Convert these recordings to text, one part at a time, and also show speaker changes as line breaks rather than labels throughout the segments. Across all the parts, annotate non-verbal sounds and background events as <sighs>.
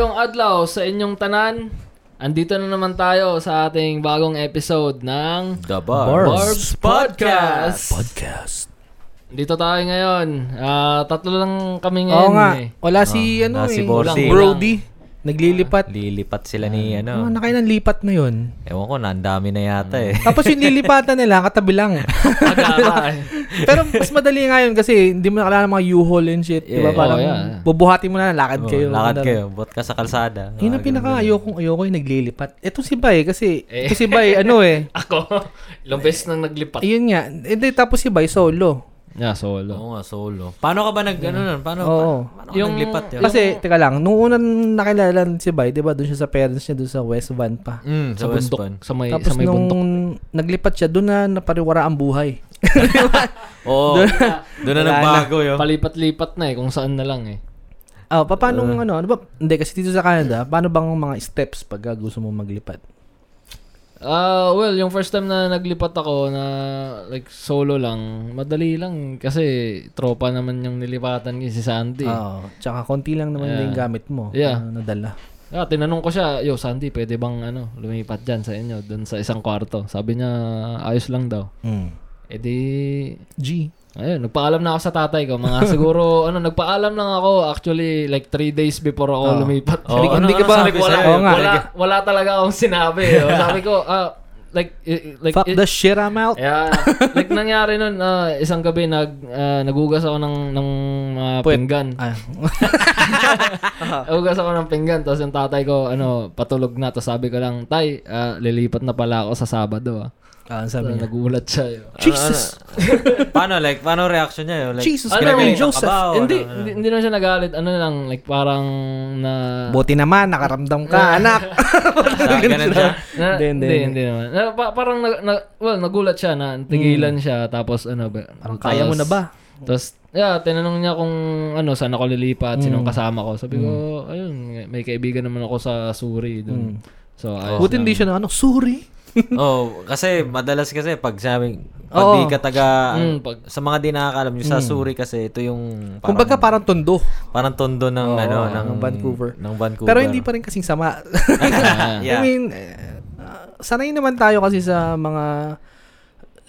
Hello sa inyong tanan. Andito na naman tayo sa ating bagong episode ng
The Bar.
Barbs.
Barb's Podcast.
Podcast.
Dito tayo ngayon. Ah, tatlo lang kami ngayon.
Oo nga.
eh.
Wala si ano
wala si Ah,
eh.
Borsi.
Brody. Naglilipat.
Lilipat sila ni
Oh,
ano.
nakain ng lipat na yun.
Ewan ko, nandami na yata eh. <laughs>
Tapos yung lilipatan nila, katabi lang.
Pagkaka-
Pero mas madali nga yun kasi hindi mo na kailangan ng mga U-Haul and shit.
Yeah.
Diba? Parang
Oh, yeah.
bubuhatin mo na,
Oh,
lakad kayo.
Lakad kayo. Bot ka sa kalsada.
Yun ang
Mga
pinaka
ganun.
ayokong ayoko yung naglilipat. Ito si Bay kasi,
Eh.
ito si Bay
<laughs>
ano eh.
Ako, ilang beses nang naglipat.
Ayun nga. Hindi, tapos si Bay solo.
Yeah, solo.
Oo nga, solo. Paano ka ba nag, ano nun? Paano,
Oo.
pa- paano ka
Yung-
naglipat yun?
Kasi, teka lang, nung unang nakilala si Bay, di ba, doon siya sa parents niya, doon sa West Van pa.
Mm,
Sa bundok. Sa may,
Tapos
sa may
nung
bundok.
naglipat siya, doon na napariwara ang buhay. <laughs>
Oo. Doon na
Wala
nagbago yun.
Palipat-lipat na eh, kung saan na lang eh.
Ah, pa paano ano, ano ba? Hindi kasi dito sa Canada, paano bang mga steps pag gusto mo maglipat?
Ah, well, yung first time na naglipat ako na like solo lang, madali lang kasi tropa naman yung nilipatan ni si Sandy. eh.
Oo. Ah, tsaka konti lang naman
Yeah.
yung gamit mo
Yeah.
na nadala.
Ah, tinanong ko siya, "Yo, Sandy, pwede bang ano, lumipat diyan sa inyo, doon sa isang kwarto?" Sabi niya, "Ayos lang daw."
Mm.
Eh di,
G.
ayun, nagpaalam na ako sa tatay ko. Mga
<laughs>
siguro, ano, nagpaalam lang ako actually like three days before ako
Oh.
lumipat.
Oh,
Hindi-
ano-
hindi ka
ano
ba-
sabi
Sabi ko, wala,
sa'yo?
Oo nga.
wala, wala talaga akong
<laughs>
sinabi. Oh, sabi ko, ah, like, i- i- like, Eh.
Fuck
i-
the shit, I'm out. <laughs>
Yeah. like nangyari nun, ah, isang gabi nag ah, nagugas ako ng ng ah,
Puwet.
pinggan.
Ah. <laughs>
Nagugas ako ng pinggan tapos yung tatay ko ano patulog na tapos sabi ko lang, "Tay, ah, lilipat na pala ako sa Sabado." Ah.
Ah, ang
So,
sabi niya.
nagulat siya. Yun.
Jesus!
<laughs> paano, like, paano reaction niya yun? Like,
Jesus,
Ano,
grabe
may-
yung Joseph.
kabaw, ano,
hindi,
ano.
hindi hindi naman siya nagalit. Ano lang like parang na
Buti naman, nakaramdam ka, anak.
Sa- ganun siya.
na-
Hindi, hindi,
hindi, hindi naman. Na, pa- parang na, na- well, nagulat siya na tigilan siya tapos ano ba?
Hmm. Parang kaya mo
tapos-
na ba?
Tapos, yeah, tinanong niya kung ano, saan ako lilipat,
Hmm.
sinong kasama ko. Sabi ko, ayun, may kaibigan naman ako sa Suri
Hmm.
doon. So, ayos
Buti hindi siya na ano, sorry.
oh, kasi madalas kasi pag sabing, pag
Oo. Mm.
di ka taga,
Mm, pag-
sa mga di nakakaalam, yung sa Suri kasi, ito yung parang,
Kumbaga parang tondo.
parang tondo ng,
Oo,
ano, ng,
ng Vancouver.
Ng Vancouver.
Pero hindi pa rin kasing sama.
Ah,
<laughs> I
Yeah.
mean, eh, ah, sanay naman tayo kasi sa mga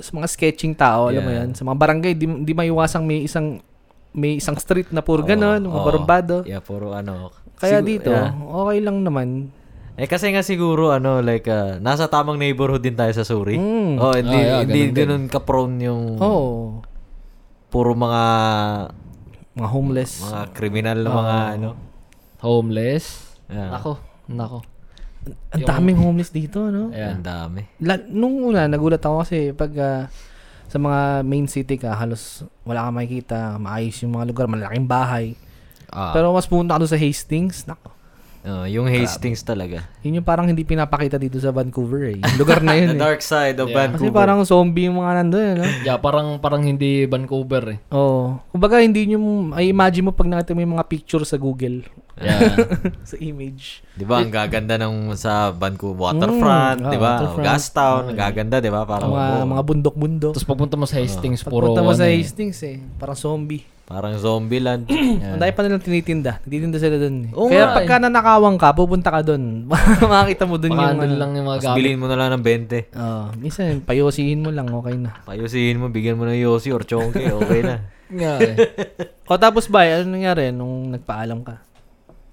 sa mga sketching tao, alam mo
Yeah.
'yan. Sa mga barangay, di, di maiwasang may isang may isang street na puro ganon, mga
Oo.
barumbado.
Yeah, puro ano.
Kaya
Sigu-
dito,
yeah.
okay lang naman.
Eh kasi nga siguro ano like ah, nasa tamang neighborhood din tayo sa Suri.
Mm.
Oh, hindi
Ah, yeah, ganun
hindi
din.
ganoon ka prone yung
Oo.
puro mga
mga homeless.
mga kriminal na mga
Ah.
ano.
homeless.
Yeah.
Nako, nako.
Ang daming homeless dito, no?
Ayan.
Ang dami.
La- nung una, nagulat ako kasi pag ah, sa mga main city ka, halos wala kang makikita, maayos yung mga lugar, malaking bahay.
Ah.
Pero mas punta ka doon sa Hastings, nako.
oh, yung Hastings talaga.
Yun yung parang hindi pinapakita dito sa Vancouver eh. Yung lugar na
<laughs>
The
yun eh.
dark side of
Yeah.
Kasi
Vancouver.
parang zombie yung mga nandun, ano?
Yeah, parang parang hindi Vancouver eh.
Oo. Oh. Kumbaga, hindi nyo, ay imagine mo pag nakita mo yung mga picture sa Google, <laughs>
Yeah.
sa image.
'Di ba ang gaganda ng sa Vancouver waterfront,
Mm,
'di
ah,
ba?
waterfront. Ah,
Gastown, gaganda 'di ba? Parang oh,
mga, mga
<laughs>
bundok-bundok.
Tapos pagpunta mo sa Hastings, puro
Pagpunta mo
ano
sa
eh.
Hastings eh, parang zombie.
parang zombie
<clears throat>
land.
Ang dami pa nilang tinitinda. Tinitinda sila dun eh.
Oo
Kaya
nga
pagka nanakawang ka, pupunta ka dun. <laughs> Makakita mo dun
Baka
yung
andun
ano.
lang yung mga
Mas
gamit.
bilhin mo na lang ng 20.
Oo. minsan, payosihin mo lang, okay na.
Payusihin mo, bigyan mo ng yosi or chongke, okay
<laughs>
na.
Nga <laughs> eh.
O tapos ba, ano nangyari nung nagpaalam ka?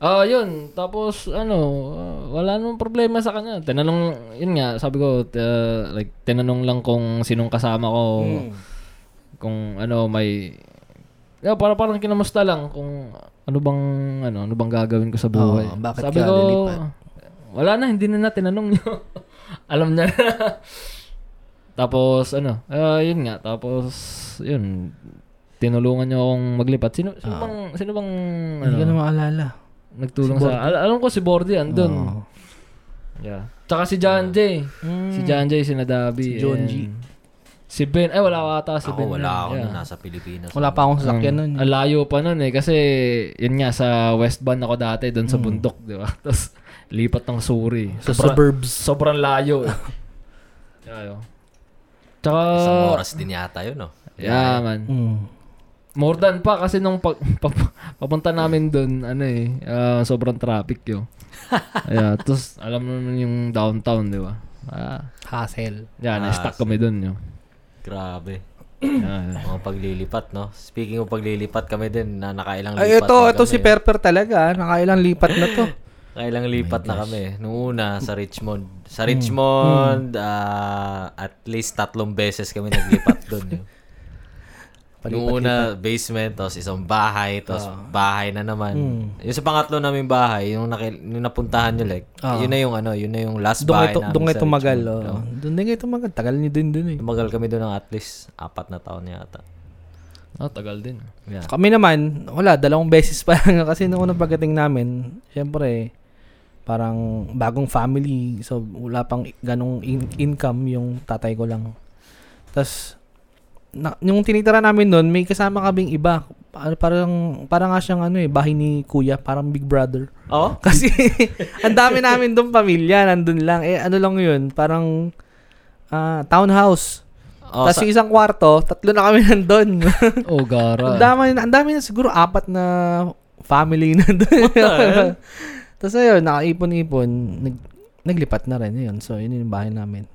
Ah, yun. Tapos, ano, ah, wala namang problema sa kanya. Tinanong, yun nga, sabi ko, t- ah, like, tinanong lang kung sinong kasama ko,
Hmm.
kung ano, may, yeah, para parang kinamusta lang kung ano bang, ano, ano bang gagawin ko sa buhay.
Oo, bakit
sabi
ka
ko,
lilipat?
wala na, hindi na na tinanong nyo. <laughs> Alam niya na. Tapos, ano, ah, yun nga, tapos, yun, tinulungan niyo akong maglipat. Sino, sino bang, sino bang,
Ah.
ano,
Hindi ko na maalala.
Nagtulong sa... Al- alam ko si Bordy andun.
Ano? Oo.
Yeah. Tsaka si John Jay. Si John Jay, si Nadabi.
Si John
and
G.
Si Ben. Ay, wala ko ata si Ben.
Ako wala ako
Yeah.
nung
ah.
nasa Pilipinas.
Wala pa akong sasakyan nun.
Ang layo pa nun eh. Kasi, yun nga, sa West Band ako dati, doon sa bundok, di ba? <laughs> Tapos, lipat ng Suri.
Mm. Sa
Sobrang-
suburbs.
Sobrang
<laughs>
layo eh. Layo. Tsaka...
uh,
Isang oras din yata yun, no?
Yeah, man.
Mm.
More than pa kasi nung pag, <laughs> pap- papunta namin doon, ano eh, ah, sobrang traffic <laughs> yun. yeah, tapos alam mo naman yung downtown, di ba? Ah,
Hassle.
yeah,
Ah,
na-stuck kami doon yun.
Grabe.
Yeah, yeah.
Mga paglilipat, no? Speaking of paglilipat, kami din na nakailang lipat
Ay, ito,
na
ito
kami.
si Oh Perper talaga. ah. Nakailang lipat na to.
Nakailang lipat na kami. Nung una,
Mm.
sa Richmond. Sa Richmond, ah, at least tatlong beses kami naglipat doon.
<laughs>
Yung. Nung una, basement, tapos isang bahay, tapos
Ah.
bahay na naman.
Mm.
Yung sa pangatlo naming bahay, yung, naki, yung napuntahan nyo, like, yun na yung ano, yun na yung last
Ah. Doon
bahay
kayo,
namin
doon kayo
sa
tumagal.
Richmond.
Oh. Doon din kayo tumagal. Tagal niyo din dun eh.
Tumagal kami doon ng at least apat na taon yata.
Ah, tagal din.
Yeah.
Kami naman, wala, dalawang beses pa lang <laughs> kasi nung unang pagdating namin, syempre, parang bagong family, so wala pang ganong in- income yung tatay ko lang. Tapos, na, yung tinitira namin noon, may kasama kaming iba. Ano, Parang, parang nga siyang ano eh, bahay ni kuya, parang big brother. <laughs>
Oh?
Kasi, ang dami namin doon pamilya, nandun lang. Eh, ano lang yun, parang ah, townhouse.
Oh, sa-
Tapos yung isang kwarto, tatlo na kami <laughs> nandun.
Oh, gara.
Ang dami, ang dami na siguro apat na family na doon. <laughs> Tapos ayun, nakaipon-ipon, nag, naglipat na rin yun. So, yun yung bahay namin.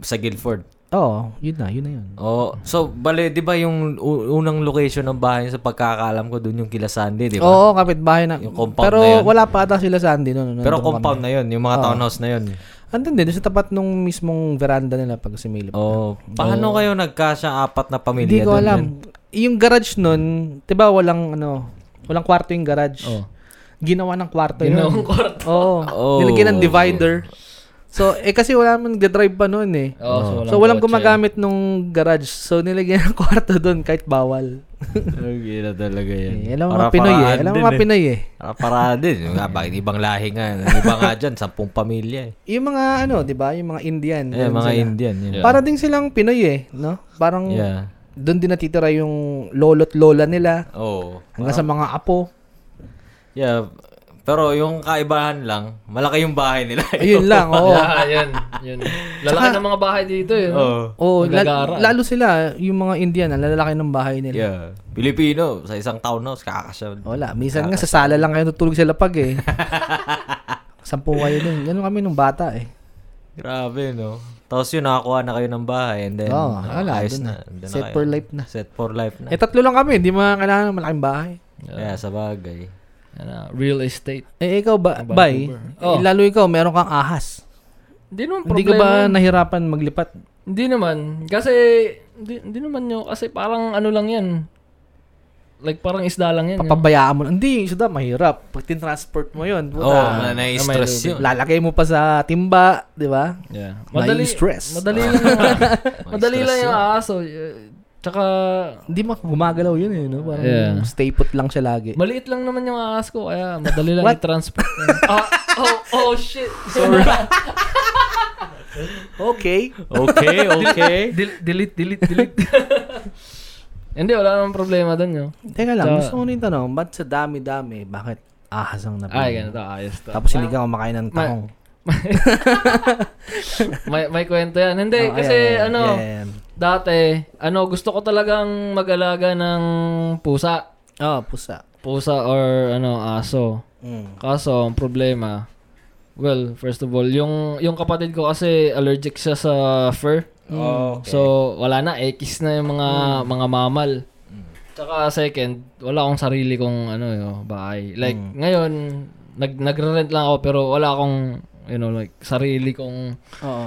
sa Guilford.
Oo, yun na, yun na yun.
Oh, so bale 'di ba yung u- unang location ng bahay sa pagkakaalam ko doon yung kila Sandy, 'di ba?
Oo, kapitbahay na.
Yung compound
Pero
na yun.
wala pa ata sila sa Andy noon.
Pero compound na 'yon, yung mga
Ah.
townhouse na 'yon.
Andun din, doon sa tapat nung mismong veranda nila pag sumilip.
Oh, paano kayo nagkasya apat na pamilya
Hindi ko
doon? <laughs>
alam. Yung garage nun, di ba walang ano, walang kwarto yung garage.
Oh.
Ginawa ng kwarto yun.
Ginawang kwarto.
Oo.
Oh.
Nilagyan ng divider. So, eh kasi wala naman nagdadrive pa noon eh.
Oh, so, walang
so, walang
kotse.
gumagamit nung garage. So, nilagyan ng <laughs> kwarto doon kahit bawal.
Ang gila talaga yan.
Eh, alam mo mga Pinoy eh. Alam mo mga Pinoy eh.
Para din. Yung Nga, bakit ibang lahi nga. Yung Iba nga dyan, sampung pamilya eh.
Yung mga ano, di ba? Yung mga Indian.
Eh,
ganun
mga
sila.
Indian. Yun.
Para ding silang Pinoy eh, no? Parang
Yeah.
doon din natitira yung lolo't lola nila
Oh.
hanggang sa mga apo.
Yeah. Pero yung kaibahan lang, malaki yung bahay nila. <laughs>
Ayun lang,
<laughs>
oo.
Yeah, yun.
<laughs>
yun. Lalaki ng mga bahay dito yun.
Oh.
Oo, lal-
Nagagara.
lalo sila, yung mga Indian, ang lalaki ng bahay nila.
Yeah. Pilipino, sa isang townhouse, kakasya.
Wala. Minsan nga sa sala lang kayo tutulog sa lapag eh. <laughs> Sampu kayo dun. Ganun kami nung bata eh.
Grabe, no? Tapos yun, nakakuha na kayo ng bahay and then,
Oo,
ano,
wala,
ayos
dun
na.
na.
Dun na
Set
kayo.
for life na.
Set for life na.
Eh tatlo lang kami, hindi mga kailangan ng malaking bahay.
Yeah, sa bagay.
Ano, real estate.
Eh ikaw ba, bay?
Oh.
Eh, lalo ikaw, meron kang ahas.
Hindi naman
Hindi ka
problema.
ba
yun.
nahirapan maglipat?
Hindi naman. Kasi, hindi, hindi naman yun. Kasi parang ano lang yan. Like parang isda lang yan. yun.
Papabayaan mo lang. Hindi, suda, mahirap. Pag tinransport mo yun,
Oo, oh,
puta.
na-stress
may
yun.
lalagay mo pa sa timba, di ba?
Yeah.
Madali, stress. Ah.
Madali lang.
<laughs>
yung- madali
stress
lang yung
yun.
aso. Eh, Tsaka,
Hindi mo gumagalaw yun eh, no? Parang
Yeah.
stay put lang siya lagi.
maliit lang naman yung aas ko. Kaya madali lang
What?
i-transport.
<laughs>
ah, oh, oh, shit. Sorry. <laughs>
Okay.
Okay, okay.
Del- delete, delete, delete. <laughs> Hindi, wala namang problema doon yun.
Teka lang,
Sa-
gusto ko rin tanong, ba't sa dami-dami, bakit ahas ang napili?
Ay, ganito. Ayos to.
Tapos hindi ka kumakain ng tahong.
May, may kwento yan. Hindi,
Oh,
kasi
ayan, ayan,
ano,
ayan.
dati, ano, gusto ko talagang mag-alaga ng pusa.
Oh, pusa.
Pusa or ano, aso.
Mm.
Kaso, ang problema, well, first of all, yung, yung kapatid ko kasi allergic siya sa fur.
Oh,
Mm.
Okay. Hmm.
So, wala na, X na yung mga, mga mamal. Tsaka second, wala akong sarili kong ano, yo, bahay. Like,
Hmm.
ngayon, nag, nagre-rent lang ako pero wala akong, you know, like, sarili kong
Oo.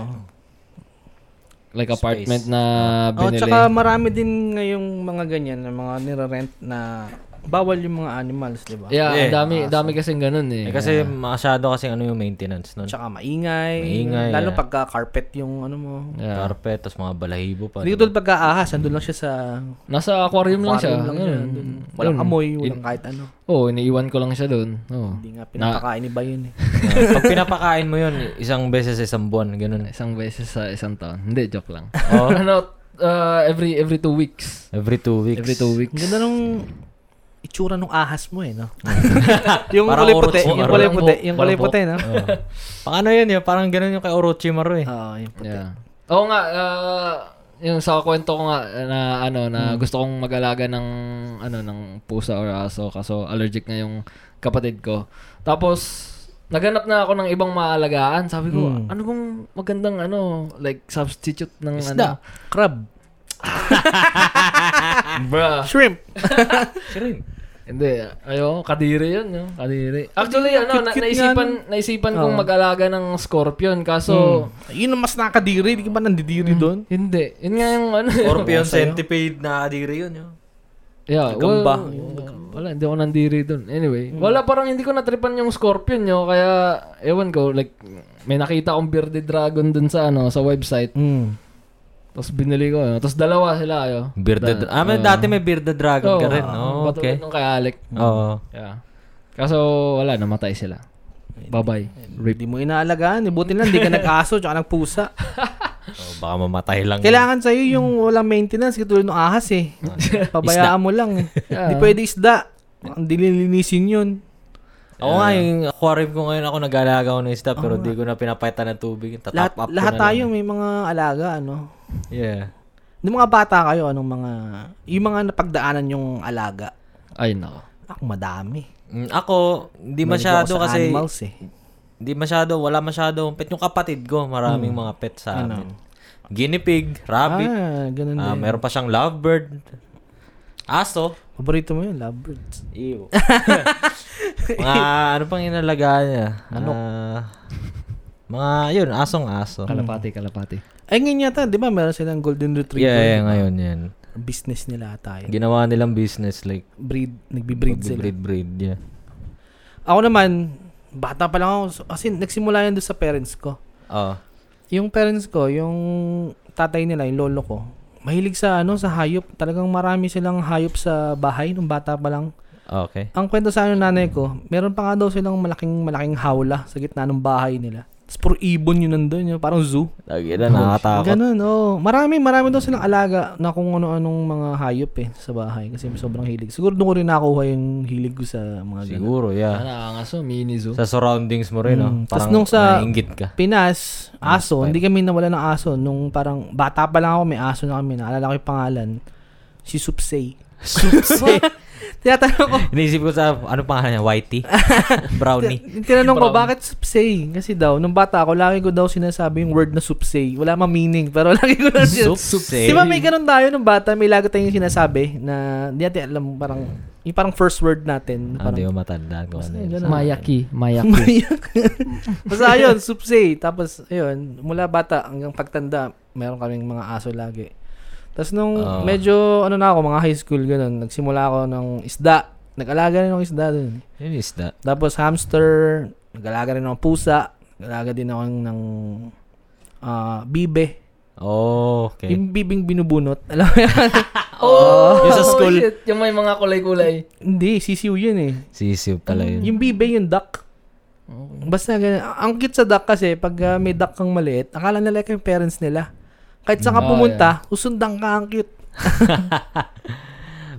like apartment na
Ah.
Oh,
binili.
tsaka marami din ngayong mga ganyan, na mga nirarent na bawal yung mga animals, di ba?
yeah,
Yeah.
ang dami, dami kasing ganun eh.
Eh, kasi masyado kasi ano yung maintenance nun.
Tsaka maingay.
Maingay,
lalo
yeah.
pagka carpet yung ano mo.
Yeah.
Carpet, tapos mga balahibo pa.
Hindi ko tulad pagka ahas, andun lang siya sa
Nasa aquarium lang siya.
aquarium lang siya.
ganun.
andun. Walang
Yun.
amoy, walang kahit ano.
Oo, oh, iniiwan ko lang siya Oh. doon. Oo.
Hindi nga pinapakain ni ba
<laughs>
yun eh.
Yeah. Pag pinapakain mo yun, isang beses sa isang buwan, ganun.
Isang beses sa isang taon. Hindi, joke lang.
<laughs>
Oh.
ano, uh, every every two weeks.
Every two weeks.
Every two
Ang
weeks.
ganda nung itsura nung ahas mo
<laughs>
eh, no? yung
Parang
kulay puti,
Orochi.
yung kulay
Walang
puti,
buhok,
yung kulay
walang buhok.
puti, no? <laughs>
Oh. Pang ano yun, yun, parang ganun yung kay Orochimaru eh.
Oo, yung puti.
Yeah. Oo nga, ah, yung sa kwento ko nga eh, na ano na
Hmm.
gusto kong mag-alaga ng ano ng pusa or aso kaso allergic na yung kapatid ko. Tapos naghanap na ako ng ibang maalagaan. Sabi ko,
Mm.
ano bang magandang ano like substitute ng
Isda, crab,
ano? Bruh.
shrimp.
Hindi, ayo, kadiri 'yun, no? Kadiri. Actually,
Kadiri,
ano, na,
cute-cute
naisipan
nga,
naisipan kong
Oo. Hmm.
mag-alaga ng scorpion kaso
Yun ang mas nakakadiri. Di ka ba nandidiri doon?
hindi. Yun nga yung ano.
Scorpion centipede na kadiri yun. Yun.
<laughs> Yeah,
Gamba.
well, wala, hindi ako nandiri doon. Anyway,
Hmm.
wala parang hindi ko natripan yung scorpion nyo, kaya ewan ko, like, may nakita akong bearded dragon doon sa ano sa website.
Mm.
Tapos binili ko. Ano. Tapos dalawa sila ayo.
Bearded. ah, may, dati may bearded dragon ka rin.
ah,
Oh, okay.
Nung kay Alec.
<laughs>
Oo.
Yeah. Kaso wala, namatay sila. Bye-bye. Rip.
Hindi mo inaalagaan. eh. Buti lang, di ka nag-aso tsaka nagpusa.
Oh, baka mamatay lang.
Kailangan sa'yo yung walang maintenance katulad ng ahas eh. <laughs> Pabayaan mo lang eh.
Yeah.
Hindi pwede isda. Hindi nilinisin yun.
Ako nga, yung aquarium ko ngayon, ako nag-alaga ako ng isda, pero di ko na pinapaitan ng tubig. Tatap
Lahat,
up ko
lahat
na lang.
tayo may mga alaga ano.
Yeah.
Nung mga bata kayo, anong mga... Yung mga napagdaanan yung alaga.
Ay, nako.
Ako madami.
Mm, ako, hindi masyado
Mahilig ako sa
kasi,
Animals eh.
hindi masyado, wala masyado pet. Yung kapatid ko, maraming mga pet sa amin. Guinea pig, rabbit,
Hmm. Ano? Ah, ganun
ah,
din.
meron pa siyang lovebird, aso,
Paborito mo yun, lovebirds. <laughs>
Ew. mga ano pang inalagaan niya? Ano? mga yun, asong aso.
Kalapati, kalapati.
Ay, ngayon yata, di ba meron silang golden
Yeah,
retriever?
yeah, ngayon yan.
Business nila tayo.
Ginawa nilang business like
Breed, nagbe-breed sila.
breed breed yeah.
Ako naman, bata pa lang ako. So, Kasi nagsimula yan doon sa parents ko.
Oh.
Yung parents ko, yung tatay nila, yung lolo ko, mahilig sa ano sa hayop. Talagang marami silang hayop sa bahay nung bata pa lang.
Okay.
Ang kwento sa ano nanay ko, meron pa nga daw silang malaking malaking hawla sa gitna ng bahay nila. Tapos puro ibon yun nandun, yun, parang zoo.
Lagi na nakatakot.
Ganun, oo. Marami, marami daw silang alaga na kung ano-anong mga hayop eh sa bahay kasi sobrang hilig. Siguro doon ko rin nakuha yung hilig ko sa mga ganun.
Siguro, yeah.
Ano, ang aso, mini zoo.
Sa surroundings mo rin,
Mm.
no? Parang
Tas nung sa-
naiinggit ka.
Pinas, aso.
Inspired.
Hindi kami nawala ng aso. Nung parang bata pa lang ako, may aso na kami. Naalala ko yung pangalan. Si Supsay. Supsay? <laughs> Tinatanong ko,
Iniisip ko sa, ano pangalan niya?
<laughs>
Whitey? Brownie?
tinanong ko, bakit Supsay? Kasi daw, nung bata ako, lagi ko daw sinasabi yung word na Supsay. Wala mang meaning, pero <laughs> lagi ko na sinasabi.
Supse?
Di ba may ganun tayo nung bata, may lagot tayong sinasabi na hindi natin alam parang, yung parang first word natin.
Ah,
Parang,
di
<laughs>
ko matandaan ko ano
Basta
yun.
ganun.
Mayaki, mayaki.
Umiyak. Basta yun, supsay. Tapos, ayun, mula bata hanggang pagtanda, meron kaming mga aso lagi. Tapos nung
Ah.
medyo, ano na ako, mga high school, ganun, nagsimula ako ng isda. Nag-alaga rin ako ng isda dun.
Yun is that.
Tapos hamster, nag-alaga rin ako ng pusa, nag-alaga din ako ng, ng ah, bibe.
Oh, okay.
Yung bibing binubunot. Alam mo
<laughs>
yan? <laughs>
Oh,
Yung sa school.
shit, yung may mga kulay-kulay.
Hindi, sisiw yun eh.
Sisiw pala yun.
Yung bibe, yung duck. Basta ganun. Ang cute sa duck kasi, pag ah, may duck kang maliit, akala nila like yung parents nila. Kahit saan
Mm.
ka
Oh,
pumunta, usundan ka ang cute.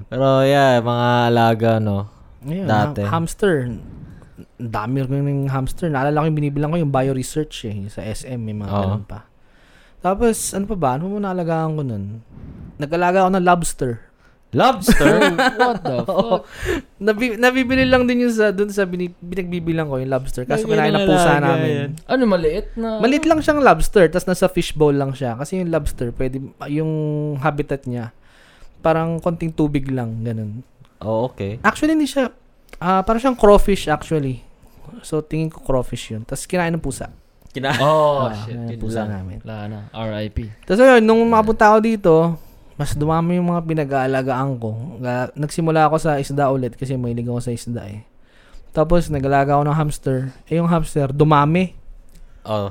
Pero yeah, mga alaga, no?
Ayun,
Dati.
ha- hamster. Ang dami rin ng hamster. Naalala ko yung binibilang ko yung bio-research eh. Yung sa SM, may mga
Oo.
ganun pa. Tapos, ano pa ba? Ano mo naalagaan ko nun? Nag-alaga ako ng lobster.
<laughs>
<laughs>
Lobster?
What the fuck?
Nabi- nabibili lang din yun sa, dun sa binib- binagbibilang ko, yung lobster. Kaso
Lagi
kinain ng
nang
pusa
alaga
namin.
yan.
Ano, maliit na?
Malit lang siyang lobster, tas nasa fishbowl lang siya. Kasi yung lobster, pwede, yung habitat niya, parang konting tubig lang, ganun.
Oh, okay.
Actually, hindi siya, ah, parang siyang crawfish actually. So, tingin ko crawfish yun. Tapos kinain ng pusa.
Kina-
Oh,
Ah,
shit.
kinain ng
yun
pusa
lang.
namin.
Wala na. R.I.P.
Tapos ayun, nung mapunta ako dito, mas dumami yung mga pinag-aalagaan ko. Ga- Nagsimula ako sa isda ulit kasi mahilig ako sa isda eh. Tapos nag-alaga ako ng hamster. Eh yung hamster, dumami.
Oh.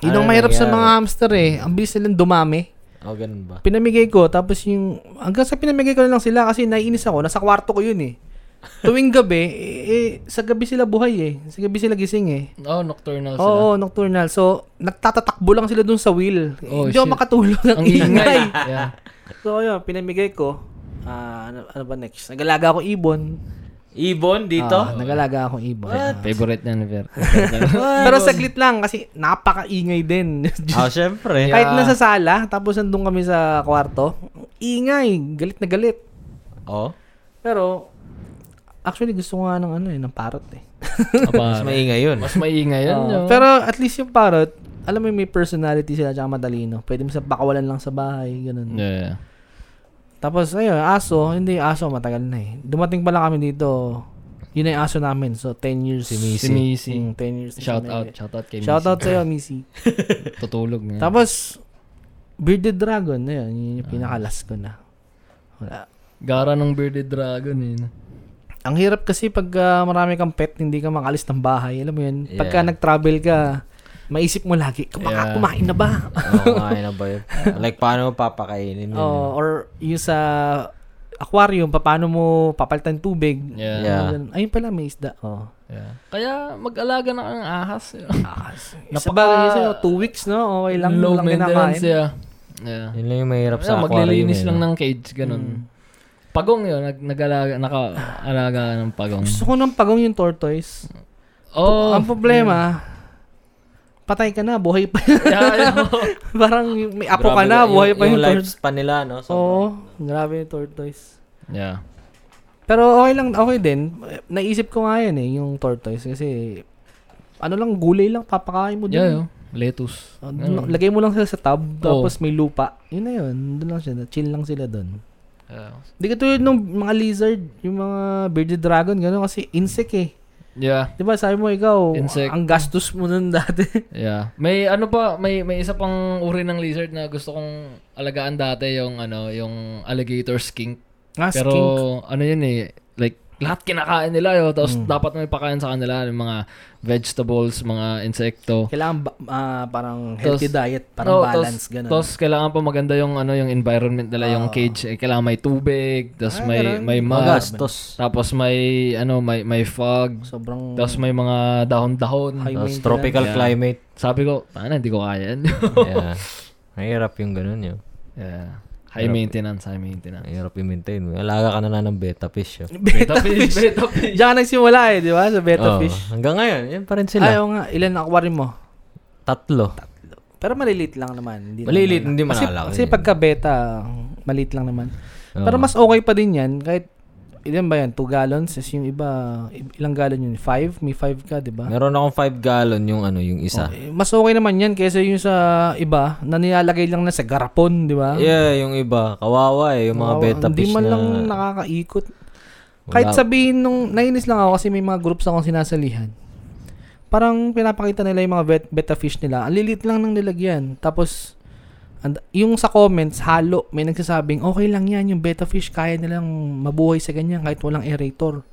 Yun
Ano
ang mahirap sa
nangyari?
mga hamster eh. Ang bilis nilang dumami.
Oh, ganun ba?
Pinamigay ko, tapos yung, hanggang sa pinamigay ko na lang sila kasi naiinis ako, nasa kwarto ko yun eh. Tuwing gabi, eh, eh, sa gabi sila buhay eh. Sa gabi sila gising eh.
Oh, nocturnal sila.
Oo, nocturnal. So, nagtatatakbo lang sila dun sa wheel. Eh,
Oh,
Hindi ako
shit.
makatulog ng
Ang
ingay.
ingay. <laughs> yeah.
so, ayun, pinamigay ko. Ah, ano, ano ba next? Nagalaga ako ibon.
Ibon dito?
Ah, nag-alaga akong ibon. Ah.
Favorite niya ni Fer. <laughs>
Pero saglit lang kasi napakaingay din.
Oh,
Ah, syempre.
<laughs> Kahit nasa sala, tapos nandun kami sa kwarto, ang ingay, galit na galit.
Oh.
Pero, actually gusto ko nga ng ano eh, ng parrot eh.
Mas maingay yun.
Mas maingay yun.
Oo.
no?
Pero at least yung parrot, alam mo yung may personality sila tsaka matalino. Pwede mo sa bakawalan lang sa bahay, ganun.
Yeah.
Tapos, ayun, aso, hindi, aso matagal na eh. Dumating pala kami dito, yun na yung aso namin. So, 10 years. Si
Missy. Si Missy.
Mm, 10 years. na
Shout
siya
out.
na-
Shout out kay
Shout
Missy.
out sa'yo,
<laughs>
Missy.
Tutulog niya.
Tapos, Bearded Dragon, ayun, yun
Ah.
yung pinakalas ko na. Wala.
Gara ng bearded dragon eh. no?
Ang hirap kasi pag ah, marami kang pet, hindi ka makalis ng bahay. Alam mo yun? Pagka
Yeah.
nag-travel ka, maisip mo lagi, kumaka-
Yeah.
kumain na ba?
Oo, kaya na ba yun? Like, paano mo papakainin yun?
Mm.
Oo, or yung sa aquarium, paano mo papalitan ng tubig?
Yeah.
Yeah.
Ano, ganun. Ayun pala, may isda. Oh.
Yeah. Kaya mag-alaga na kang ahas. eh. <laughs>
Ah, s-
Napaka-
sa bagay yun sa'yo, two weeks, no? Okay lang,
Low
walang
maintenance
kinakain.
yeah. Yeah.
Yun lang yung mahirap sa
Kaya
aquarium.
Ano, maglilinis
eh,
lang
no?
ng cage,
Mm.
ganun. Pagong yun, nag nag-alaga, naka-alaga ka ng pagong.
Gusto ko ng pagong yung tortoise.
Oh,
Ang problema, patay ka na, buhay pa.
<laughs> yeah,
<laughs> Parang may apo ka
Grabe,
na, buhay pa yung,
yung
tortoise.
lifespan nila, no? So,
Oo, grabe yung tortoise.
yeah.
Pero okay lang, okay din. Naisip ko nga yan eh, yung tortoise. Kasi, ano lang, gulay lang, papakain mo
Yeah,
din.
yeah. Oh. Lettuce.
Oh, dun lang- Lagay mo lang sila sa tub,
Oo.
tapos may lupa. Yun na yun, doon lang sila. Chill lang sila doon.
Yeah.
Hindi katulad nung mga lizard, yung mga bearded dragon, gano'n kasi insect eh.
yeah.
Di ba sabi mo ikaw,
Insect.
ang gastos mo nun <laughs> dati.
Yeah. May ano pa, may may isa pang uri ng lizard na gusto kong alagaan dati yung ano, yung alligator skink.
Nga,
Pero
Ah, skink. Mm.
ano yun eh, like lahat kinakain nila yun. Tapos dapat may pakain sa kanila ng mga vegetables, mga insekto.
Kailangan ba- ah, parang healthy
Tos-
diet,
Oo,
parang balance,
tos-
gano'n.
Tos kailangan pa maganda yung ano, yung environment nila, yung cage. Eh, kailangan may tubig, tapos
Ah,
may
ganun.
may mud,
magastos.
tapos may ano, may may fog,
Sobrang
tapos may mga dahon-dahon.
high
Tapos
maintenance.
tropical
Yeah.
climate.
Sabi ko, paano, hindi ko kaya
<laughs>
yan.
Yeah. Mahirap yung ganun yun.
yeah. High maintenance, high
<laughs>
maintenance.
Mahirap yung maintain. Alaga ka na na ng beta fish. Yun.
Beta fish, Oh. beta fish.
<laughs> Diyan ka nagsimula eh, di ba? Sa
Oo.
betta fish.
Oh. Hanggang ngayon, yan pa rin
Ay,
sila.
oo nga. Ilan ang aquarium mo?
Tatlo.
Pero malilit lang naman. Hindi
Malilit, hindi
Kasi,
malalaki.
kasi pagka beta, malilit lang naman.
Oo.
Pero mas okay pa din yan. Kahit, ilan ba yan? 2 gallons? Is yung iba, ilang gallon yun? 5? May 5 ka, di ba?
Meron akong 5 gallon yung ano, yung isa.
Eh, Mas okay naman yan kaysa yung sa iba na nilalagay lang na sa garapon, di ba?
Yeah, yung iba. Kawawa eh. Yung mga
Oo,
beta
Ah. Hindi
fish
man
na...
lang nakakaikot. Kahit sabihin nung, nainis lang ako kasi may mga groups akong sinasalihan. Parang pinapakita nila yung mga bet- betta fish nila. Ang lilit lang ng nilagyan. Tapos, and, yung sa comments, halo. May nagsasabing, okay lang yan, yung betta fish, kaya nilang mabuhay sa ganyan kahit walang aerator.